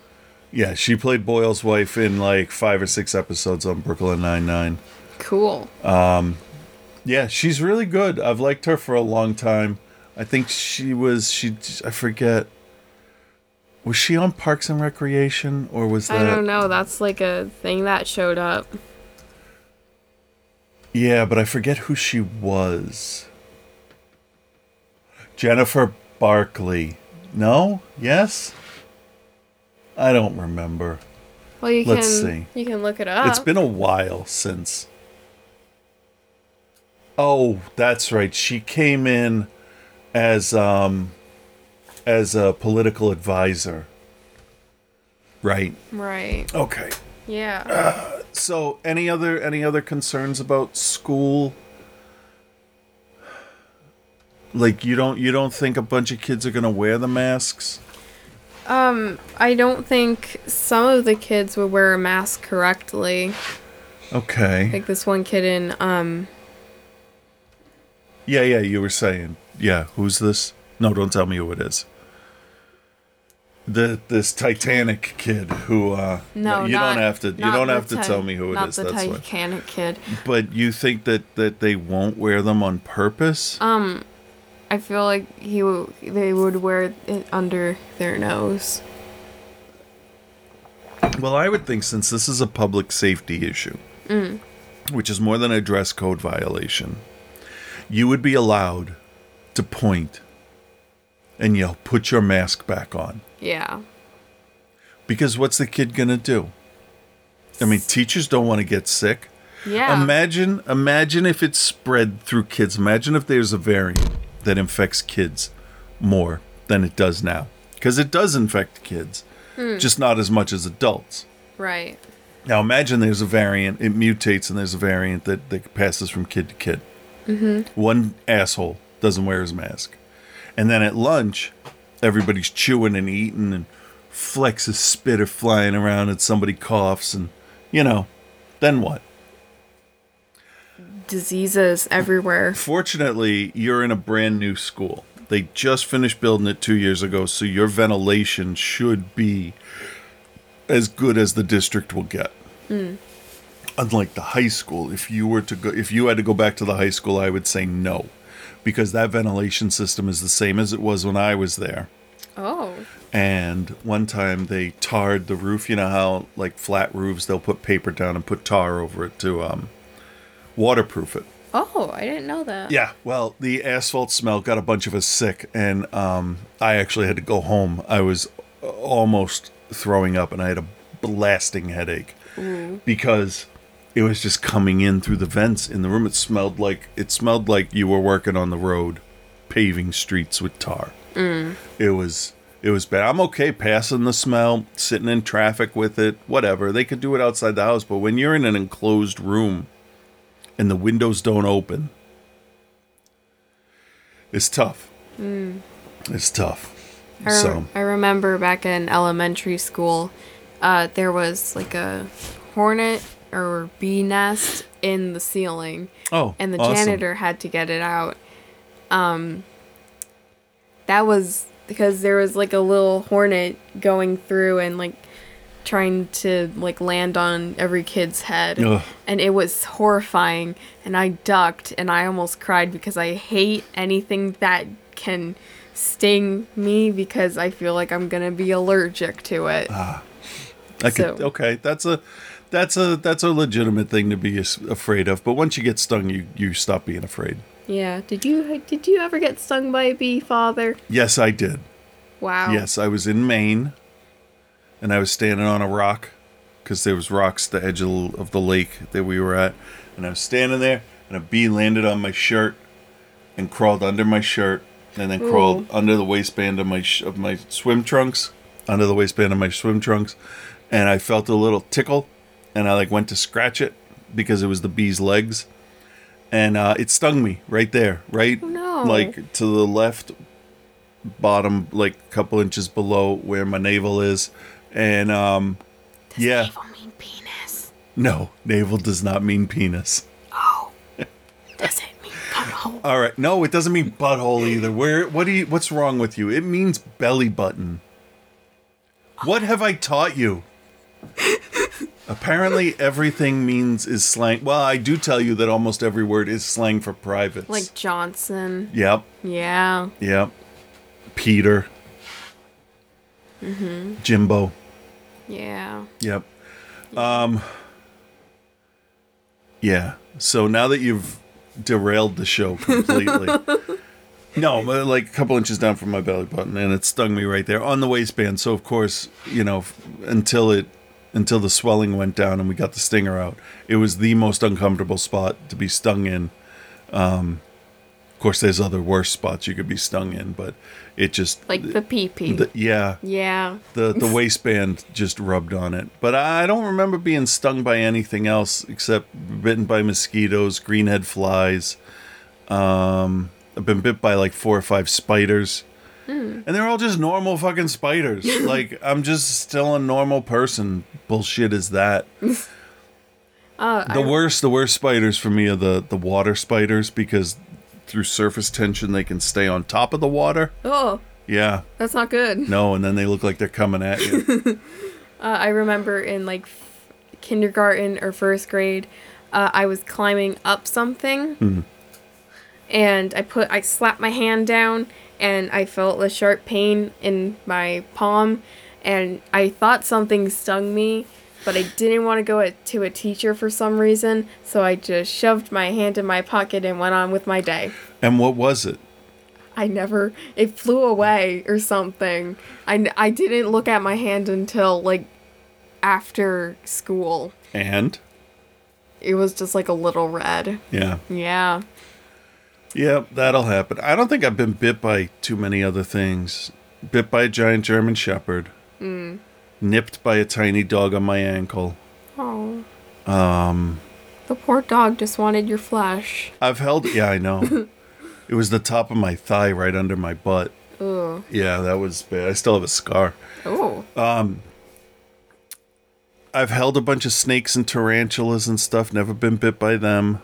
yeah, she played Boyle's wife in like five or six episodes on Brooklyn Nine Nine. Cool. Yeah, she's really good. I've liked her for a long time. I think she was she. I forget. Was she on Parks and Recreation or was that? I don't know. That's like a thing that showed up. Yeah, but I forget who she was. Jennifer Barkley. No? Yes? I don't remember. Well, you Let's can see. you can look it up. It's been a while since. Oh, that's right. She came in as um as a political advisor. Right. right. Okay. Yeah. So, any other any other concerns about school? Like you don't you don't think a bunch of kids are gonna wear the masks? I don't think some of the kids would wear a mask correctly. Okay. Like this one kid in um Yeah, yeah. You were saying. Yeah. Who's this? No, don't tell me who it is. The this Titanic kid who uh no, you not- don't have to you not don't the have to Ti- tell me who it not is. the That's why. Titanic kid. But you think that that they won't wear them on purpose? I feel like he w- they would wear it under their nose. Well, I would think since this is a public safety issue, which is more than a dress code violation, you would be allowed to point and yell, put your mask back on. Yeah. Because what's the kid going to do? I mean, teachers don't want to get sick. Yeah. Imagine, imagine if it's spread through kids. Imagine if there's a variant that infects kids more than it does now. Because it does infect kids, just not as much as adults. right. Now imagine there's a variant, it mutates, and there's a variant that, that passes from kid to kid. Mm-hmm. One asshole doesn't wear his mask. And then at lunch, everybody's chewing and eating, and flecks of spit are flying around, and somebody coughs, and you know, then what? Diseases everywhere. Fortunately, you're in a brand new school. They just finished building it two years ago, so your ventilation should be as good as the district will get. Unlike the high school, if you were to go, if you had to go back to the high school, I would say no, because that ventilation system is the same as it was when I was there. Oh. And one time they tarred the roof. You know how like flat roofs, they'll put paper down and put tar over it to um, waterproof it. Oh, I didn't know that. Yeah, well, the asphalt smell got a bunch of us sick, and um, I actually had to go home. I was uh, almost throwing up, and I had a blasting headache because it was just coming in through the vents in the room. It smelled like it smelled like you were working on the road, paving streets with tar. It was It was bad. I'm okay passing the smell, sitting in traffic with it, whatever. They could do it outside the house, but when you're in an enclosed room and the windows don't open, it's tough. Mm. It's tough. I, rem- so, I remember back in elementary school, uh, there was like a hornet or bee nest in the ceiling, oh, and the awesome. janitor had to get it out. Um, that was because there was like a little hornet going through and like trying to like land on every kid's head Ugh. and it was horrifying and i ducked and i almost cried because i hate anything that can sting me because i feel like i'm gonna be allergic to it Ah. I could, So- okay, that's a that's a that's a legitimate thing to be as- afraid of. But once you get stung, you you stop being afraid. yeah did you did you ever get stung by a bee father Yes, I did. wow Yes, I was in Maine, and I was standing on a rock because there was rocks at the edge of of the lake that we were at, and I was standing there, and a bee landed on my shirt, and crawled under my shirt, and then crawled under the waistband of my sh- of my swim trunks, under the waistband of my swim trunks, and I felt a little tickle, and I like went to scratch it because it was the bee's legs, and uh, it stung me right there, right, Oh, no. like to the left bottom like a couple inches below where my navel is and um yeah I mean penis no navel does not mean penis does it mean butthole all right no it doesn't mean butthole either where what do you what's wrong with you it means belly button what have i taught you apparently everything means is slang well i do tell you that almost every word is slang for privates like johnson yep yeah yep peter jimbo yeah Yep. Um Yeah. So now that you've derailed the show completely. no, but like a couple inches down from my belly button and it stung me right there on the waistband. So of course, you know, f- until it until the swelling went down and we got the stinger out, it was the most uncomfortable spot to be stung in. Um of course there's other worse spots you could be stung in, but it just like the pee pee the, yeah yeah the the waistband just rubbed on it. But I don't remember being stung by anything else except bitten by mosquitoes, greenhead flies. Um, I've been bit by like four or five spiders, and they're all just normal fucking spiders. like I'm just still a normal person. Bullshit is that. the worst, the worst spiders for me are the the water spiders because through surface tension they can stay on top of the water. oh Yeah. that's not good No, and then they look like they're coming at you. Uh, I remember in like f- kindergarten or first grade, uh, I was climbing up something, and I put I slapped my hand down, and I felt a sharp pain in my palm, and I thought something stung me, but I didn't want to go at, to a teacher for some reason, so I just shoved my hand in my pocket and went on with my day. And what was it? I never. It flew away or something. I, n- I didn't look at my hand until like after school. And It was just like a little red. yeah, Yeah. yeah, that'll happen. I don't think I've been bit by too many other things. Bit by a giant German shepherd. Hmm. Nipped by a tiny dog on my ankle. Oh. Um. Um. The poor dog just wanted your flesh. I've held. Yeah, I know. it was the top of my thigh, right under my butt. Ugh. Yeah, that was bad. I still have a scar. Oh. I've held a bunch of snakes and tarantulas and stuff. Never been bit by them.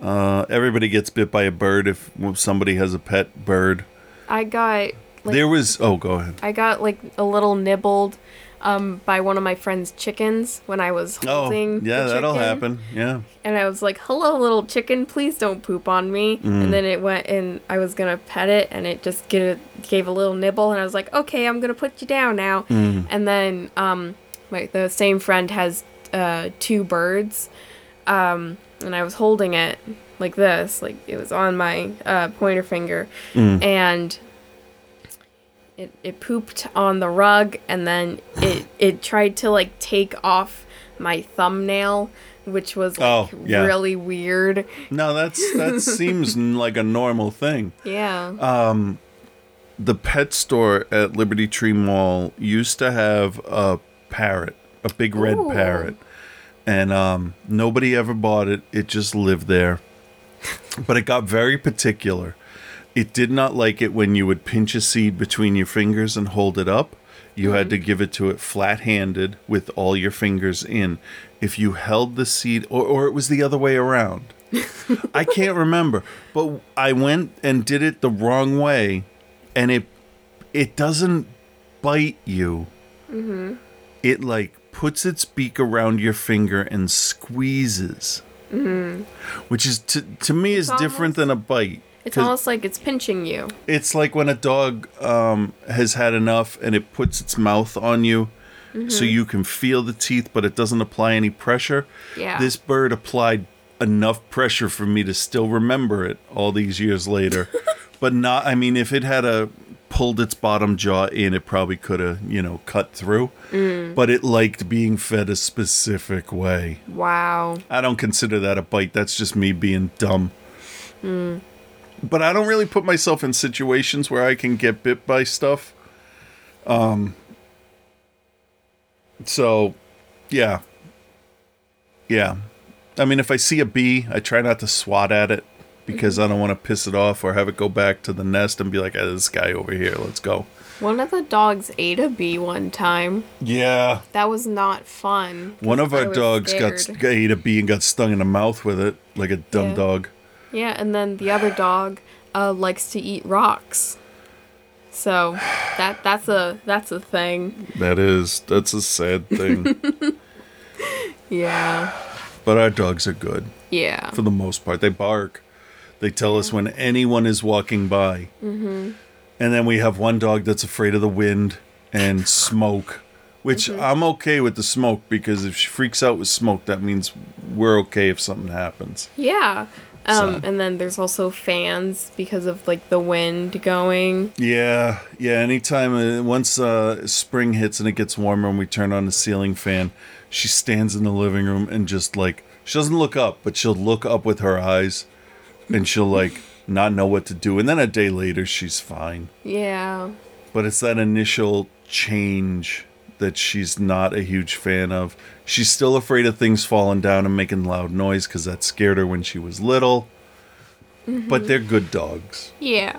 Uh, everybody gets bit by a bird if somebody has a pet bird. I got like there was. Oh, go ahead. I got like a little nibbled, um, by one of my friend's chickens when I was Oh, holding. the yeah, that'll chicken. happen. Yeah. and I was like, "Hello, little chicken, please don't poop on me." And then it went, and I was gonna pet it, and it just get it gave a little nibble, and I was like, "Okay, I'm gonna put you down now." And then um, my the same friend has uh, two birds, um, and I was holding it like this, like it was on my uh, pointer finger, Mm. and it, it pooped on the rug and then it it tried to like take off my thumbnail which was Oh, like yeah. really weird Uh, No, that's that seems n- like a normal thing. yeah the pet store at Liberty Tree Mall used to have a parrot, a big red Ooh. parrot, and um, nobody ever bought it. It just lived there, but it got very particular. It did not like it when you would pinch a seed between your fingers and hold it up. You had to give it to it flat handed with all your fingers in. If you held the seed, or, or it was the other way around. I can't remember, but I went and did it the wrong way, and it it doesn't bite you. Mm-hmm. It like puts its beak around your finger and squeezes, which is to to me is different Mm-hmm. almost- than a bite. It's 'Cause almost like it's pinching you. it's like when a dog um, has had enough and it puts its mouth on you. So you can feel the teeth, but it doesn't apply any pressure. Yeah. This bird applied enough pressure for me to still remember it all these years later. but not, I mean, if it had a pulled its bottom jaw in, it probably could have, you know, cut through. But it liked being fed a specific way. Wow. I don't consider that a bite. That's just me being dumb. But I don't really put myself in situations where I can get bit by stuff. Um. So, yeah, yeah. I mean, if I see a bee, I try not to swat at it because I don't want to piss it off or have it go back to the nest and be like, "Ah, "This guy over here, let's go." One of the dogs ate a bee one time. Yeah. That was not fun. One of I our was dogs got scared. got ate a bee and got stung in the mouth with it, like a dumb Yeah. dog. Yeah, and then the other dog uh, likes to eat rocks. So that that's a that's a thing. That is, that's a sad thing. Yeah. but our dogs are good Yeah. for the most part. They bark. They tell us when anyone is walking by. Mm-hmm. And then we have one dog that's afraid of the wind and smoke, which I'm okay with the smoke because if she freaks out with smoke, that means we're okay if something happens. Yeah. Um, So- And then there's also fans because of like the wind going. Yeah, yeah. Anytime uh, once uh, spring hits and it gets warmer and we turn on the ceiling fan, she stands in the living room and just like she doesn't look up, but she'll look up with her eyes, and she'll like not know what to do. And then a day later, she's fine. Yeah. But it's that initial change that she's not a huge fan of. She's still afraid of things falling down and making loud noise because that scared her when she was little. But they're good dogs. Yeah.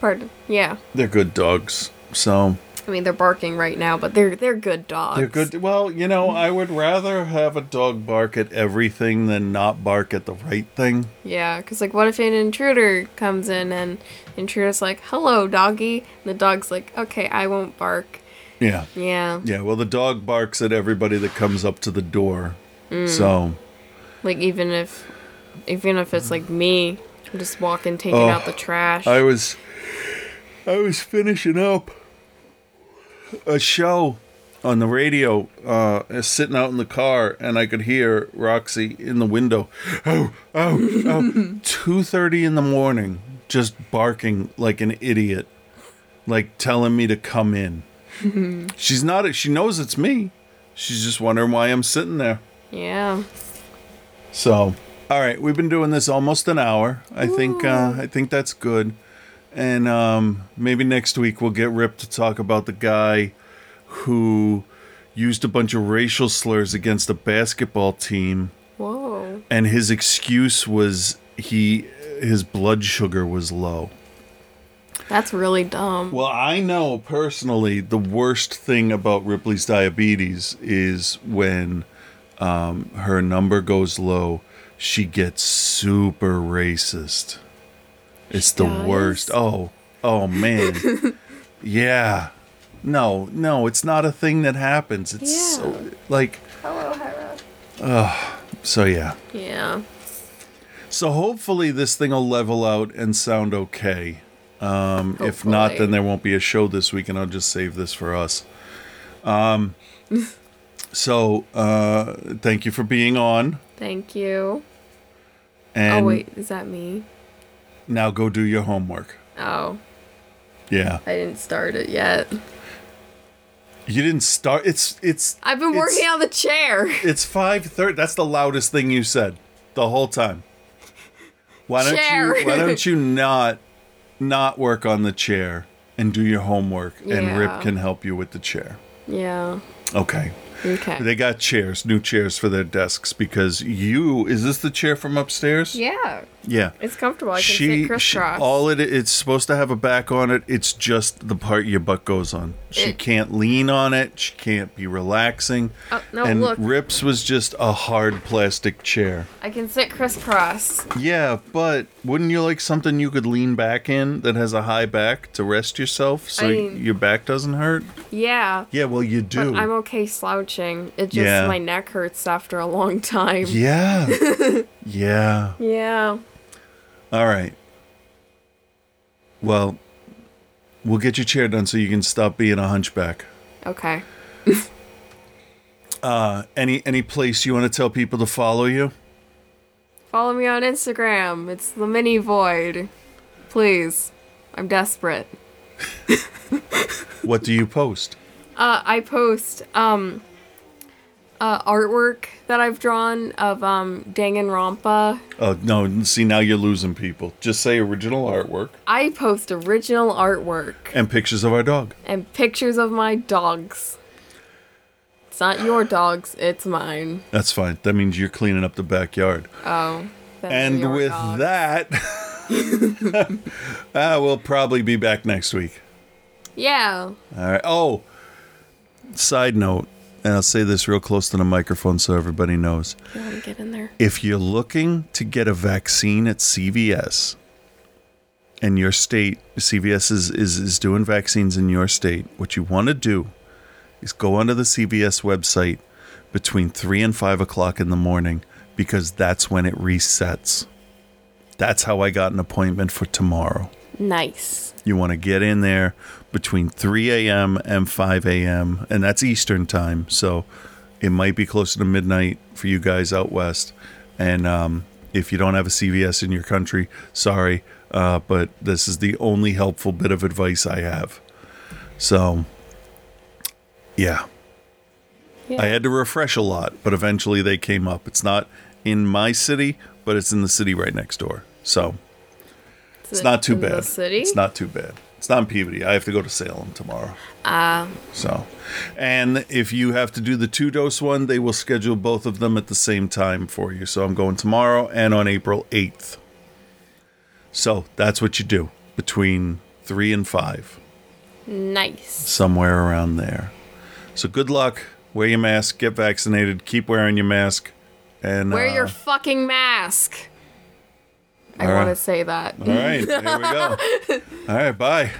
Pardon. Yeah. They're good dogs. So. I mean, they're barking right now, but they're they're good dogs. They're good. Well, you know, I would rather have a dog bark at everything than not bark at the right thing. Yeah, because like, what if an intruder comes in and intruder's like, "Hello, doggy," and the dog's like, "Okay, I won't bark." Yeah. Yeah, Yeah. Well, the dog barks at everybody that comes up to the door. So, like even if, even if it's like me, I'm just walking, taking Oh, out the trash. I was, I was finishing up a show on the radio, uh, sitting out in the car, and I could hear Roxy in the window. Oh, oh, oh! Two thirty in the morning, just barking like an idiot, like telling me to come in. She's not. She knows it's me. She's just wondering why I'm sitting there. yeah, So, all right, we've been doing this almost an hour. I think uh, I think that's good. And um, maybe next week we'll get Rip to talk about the guy who used a bunch of racial slurs against a basketball team, whoa, and his excuse was he his blood sugar was low. that's really dumb. Well, I know personally the worst thing about Ripley's diabetes is when um, her number goes low, she gets super racist. It's the does? worst. Oh, oh man. yeah. No, no, it's not a thing that happens. It's so like Hello, Hera. so yeah. yeah, So hopefully this thing will level out and sound okay. Um, if not, Hopefully. then there won't be a show this week, and I'll just save this for us. Um, so uh, thank you for being on. thank you. And oh wait, is that me? now go do your homework. Oh, Yeah, I didn't start it yet. you didn't start. It's it's. I've been it's- working on the chair. It's five thirty. That's the loudest thing you said the whole time. Why don't Chair. you? Why don't you not not work on the chair? and do your homework, and Yeah. Rip can help you with the chair. Yeah. Okay. Okay. They got chairs, new chairs for their desks because you is this the chair from upstairs? yeah. Yeah. It's comfortable. I can sit crisscross. all it it's supposed to have a back on it. It's just the part your butt goes on. She It- can't lean on it. She can't be relaxing. Oh, no, and look. Rips was just a hard plastic chair. I can sit crisscross. Yeah, but wouldn't you like something you could lean back in that has a high back to rest yourself so I mean- your back doesn't hurt? Yeah. Yeah, well you do. But I'm okay slouching. It just Yeah. my neck hurts after a long time. Yeah. yeah. yeah. All right. Well, we'll get your chair done so you can stop being a hunchback. Okay. Any any place you want to tell people to follow you? Follow me on Instagram. It's the mini void. Please. I'm desperate. What do you post? Uh, I post um uh, artwork that I've drawn of um Danganronpa. Oh no! See now you're losing people. Just say original artwork I post original artwork and pictures of our dog. and pictures of my dogs. It's not your dogs, it's mine. That's fine. That means you're cleaning up the backyard. Oh. that's and your with dog. that, uh, we'll probably be back next week. Yeah. All right. Oh, side note, and I'll say this real close to the microphone so everybody knows. You want to get in there? If you're looking to get a vaccine at CVS and your state, CVS is, is, is doing vaccines in your state, what you want to do is go onto the CVS website between 3 and 5 o'clock in the morning because that's when it resets. That's how I got an appointment for tomorrow. Nice. You want to get in there between 3 a.m. and 5 a.m., and that's Eastern time. So it might be closer to midnight for you guys out west. And um, if you don't have a CVS in your country, sorry, uh, but this is the only helpful bit of advice I have. So, yeah. Yeah. I had to refresh a lot, but eventually they came up. It's not in my city, but it's in the city right next door. So, it's not too in bad. The city? It's not too bad. It's not in Peabody. I have to go to Salem tomorrow. Um. Ah. so, and if you have to do the two dose one, they will schedule both of them at the same time for you. So I'm going tomorrow and on April 8th. So that's what you do between three and five, nice. somewhere around there. So good luck. Wear your mask. Get vaccinated. Keep wearing your mask. And Wear uh, your fucking mask. I Alright. want to say that. all right. There we go. all right. Bye.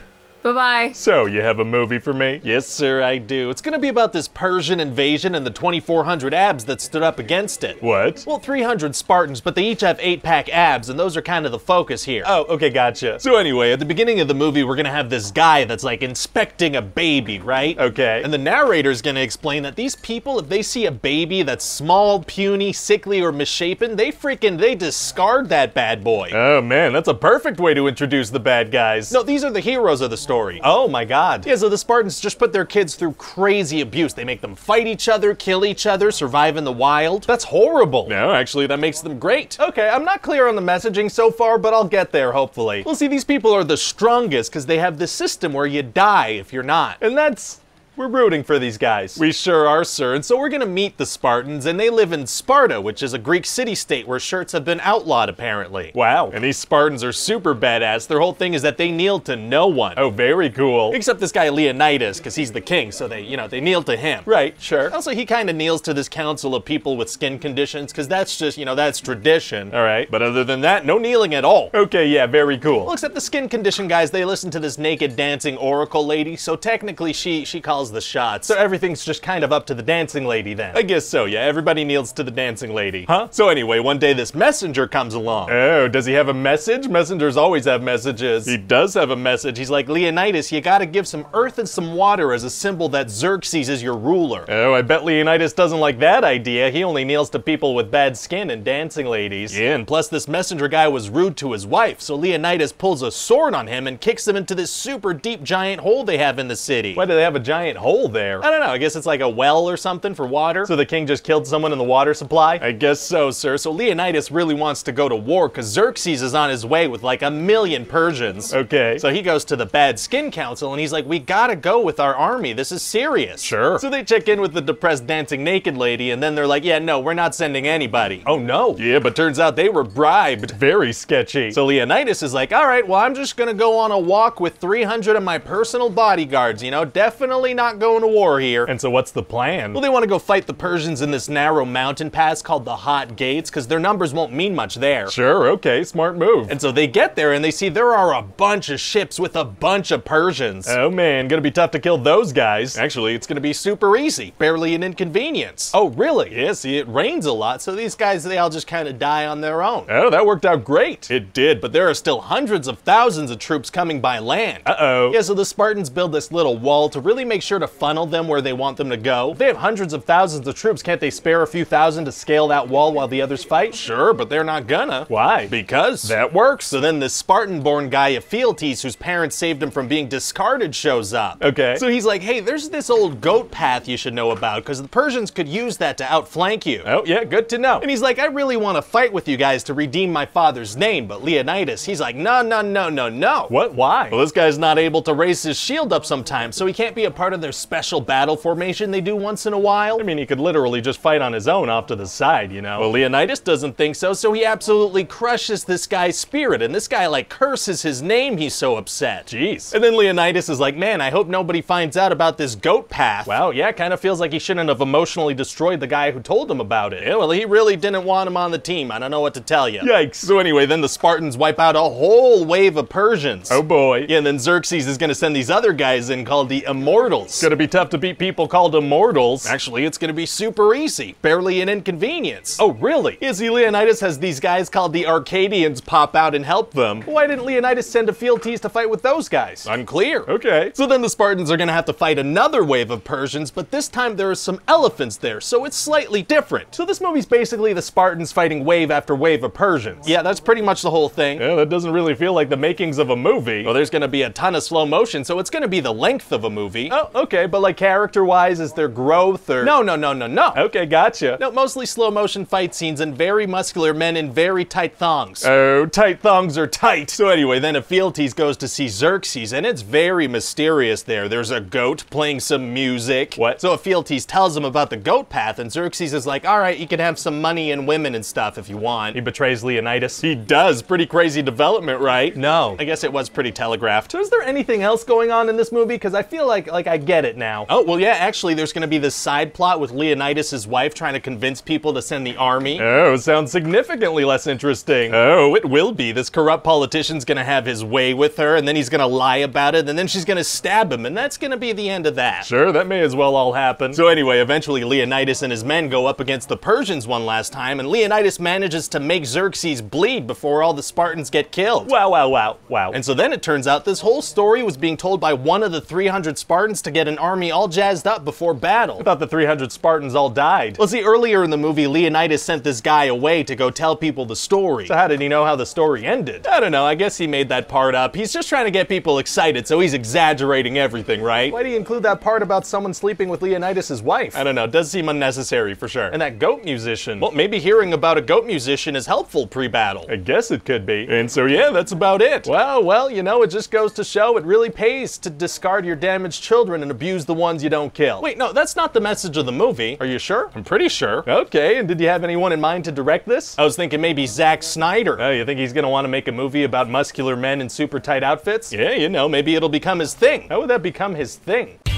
Bye bye. So, you have a movie for me? Yes, sir, I do. It's gonna be about this Persian invasion and the 2,400 abs that stood up against it. What? Well, 300 Spartans, but they each have eight pack abs, and those are kind of the focus here. Oh, okay, gotcha. So, anyway, at the beginning of the movie, we're gonna have this guy that's like inspecting a baby, right? Okay. And the narrator's gonna explain that these people, if they see a baby that's small, puny, sickly, or misshapen, they freaking they discard that bad boy. Oh man, that's a perfect way to introduce the bad guys. No, these are the heroes of the story. Oh my god. Yeah, so the Spartans just put their kids through crazy abuse. They make them fight each other, kill each other, survive in the wild. That's horrible. No, actually, that makes Makes them great. Okay, I'm not clear on the messaging so far, but I'll get there hopefully. Well, see, these people are the strongest because they have this system where you die if you're not. And that's. We're rooting for these guys. We sure are, sir. And so we're gonna meet the Spartans, and they live in Sparta, which is a Greek city state where shirts have been outlawed apparently. wow. And these Spartans are super badass. Their whole thing is that they kneel to no one. Oh, very cool. Except this guy Leonidas, because he's the king, so they, you know, they kneel to him. Right, sure. Also, he kind of kneels to this council of people with skin conditions, because that's just, you know, that's tradition. All right. But other than that, no kneeling at all. Okay, yeah, very cool. Well, except the skin condition guys, they listen to this naked dancing oracle lady, so technically she she calls the shots. So everything's just kind of up to the dancing lady then. I guess so, yeah. Everybody kneels to the dancing lady. Huh? So anyway, one day this messenger comes along. Oh, Does he have a message? Messengers always have messages. He does have a message. He's like, Leonidas, you gotta give some earth and some water as a symbol that Xerxes is your ruler. Oh, I bet Leonidas doesn't like that idea. He only kneels to people with bad skin and dancing ladies. Yeah, and plus this messenger guy was rude to his wife, so Leonidas pulls a sword on him and kicks him into this super deep giant hole they have in the city. Why do they have a giant giant hole there. I don't know. I guess it's like a well or something for water. So the king just killed someone in the water supply? I guess so, sir. So Leonidas really wants to go to war because Xerxes is on his way with like a million Persians. Okay. So he goes to the Bad Skin Council and he's like, we gotta go with our army. This is serious. Sure. So they check in with the depressed dancing naked lady and then they're like, yeah, no, we're not sending anybody. Oh no. Yeah, but turns out they were bribed. Very sketchy. So Leonidas is like, all right, well, I'm just gonna go on a walk with 300 of my personal bodyguards, you know, definitely not going to war here. And so what's the plan? Well, they wanna go fight the Persians in this narrow mountain pass called the Hot Gates because their numbers won't mean much there. Sure, okay, smart move. And so they get there and they see there are a bunch of ships with a bunch of Persians. Oh man, gonna be tough to kill those guys. Actually, it's gonna be super easy, barely an inconvenience. Oh, really? Yeah, see, it rains a lot, so these guys, they all just kind of die on their own. Oh, that worked out great. It did, but there are still hundreds of thousands of troops coming by land. Uh oh. Yeah, so the Spartans build this little wall to really make sure to funnel them where they want them to go. If they have hundreds of thousands of troops, can't they spare a few thousand to scale that wall while the others fight? Sure, but they're not gonna. Why? Because that works. So then this Spartan born guy, Ephialtes, whose parents saved him from being discarded, shows up. Okay. So he's like, hey, there's this old goat path you should know about because the Persians could use that to outflank you. Oh, yeah, good to know. And he's like, I really want to fight with you guys to redeem my father's name, but Leonidas, he's like, no, no, no, no, no. What? Why? Well, this guy's not able to raise his shield up sometimes, so he can't be a part of their special battle formation they do once in a while. I mean, he could literally just fight on his own off to the side, you know? Well, Leonidas doesn't think so, so he absolutely crushes this guy's spirit, and this guy, like, curses his name, he's so upset. Jeez. And then Leonidas is like, man, I hope nobody finds out about this goat path. Wow, yeah, kind of feels like he shouldn't have emotionally destroyed the guy who told him about it. Yeah, well, he really didn't want him on the team. I don't know what to tell you. Yikes. So anyway, then the Spartans wipe out a whole wave of Persians. Oh boy. Yeah, and then Xerxes is gonna send these other guys in called the Immortals. It's gonna be tough to beat people called Immortals. Actually, it's gonna be super easy. Barely an inconvenience. Oh, really? Is he Leonidas has these guys called the Arcadians pop out and help them? Why didn't Leonidas send Ephialtes to fight with those guys? Unclear. Okay. So then the Spartans are gonna have to fight another wave of Persians, but this time there are some elephants there, so it's slightly different. So this movie's basically the Spartans fighting wave after wave of Persians. Yeah, that's pretty much the whole thing. Yeah, that doesn't really feel like the makings of a movie. Well, there's gonna be a ton of slow motion, so it's gonna be the length of a movie. Oh, okay, but like character-wise, is there growth or No no no no no. Okay, gotcha. No, mostly slow motion fight scenes and very muscular men in very tight thongs. Oh, tight thongs are tight. So anyway, then Ephialtes goes to see Xerxes, and it's very mysterious there. There's a goat playing some music. What? So Ephialtes tells him about the goat path, and Xerxes is like, all right, you can have some money and women and stuff if you want. He betrays Leonidas. He does. Pretty crazy development, right? No. I guess it was pretty telegraphed. So is there anything else going on in this movie? Because I feel like like I get it now. Oh, well, yeah, actually, there's gonna be this side plot with Leonidas' wife trying to convince people to send the army. Oh, sounds significantly less interesting. Oh, it will be. This corrupt politician's gonna have his way with her, and then he's gonna lie about it, and then she's gonna stab him, and that's gonna be the end of that. Sure, that may as well all happen. So anyway, eventually Leonidas and his men go up against the Persians one last time, and Leonidas manages to make Xerxes bleed before all the Spartans get killed. Wow, wow, wow, wow. And so then it turns out this whole story was being told by one of the 300 Spartans to get an army all jazzed up before battle. I thought the 300 Spartans all died. Well, see, earlier in the movie, Leonidas sent this guy away to go tell people the story. So how did he know how the story ended? I don't know, I guess he made that part up. He's just trying to get people excited, so he's exaggerating everything, right? Why do you include that part about someone sleeping with Leonidas' wife? I don't know, it does seem unnecessary for sure. And that goat musician. Well, maybe hearing about a goat musician is helpful pre-battle. I guess it could be. And so yeah, that's about it. Well, well, you know, it just goes to show it really pays to discard your damaged children and abuse the ones you don't kill. Wait, no, that's not the message of the movie. Are you sure? I'm pretty sure. Okay, and did you have anyone in mind to direct this? I was thinking maybe Zack Snyder. Oh, you think he's gonna want to make a movie about muscular men in super tight outfits? Yeah, you know, maybe it'll become his thing. How would that become his thing?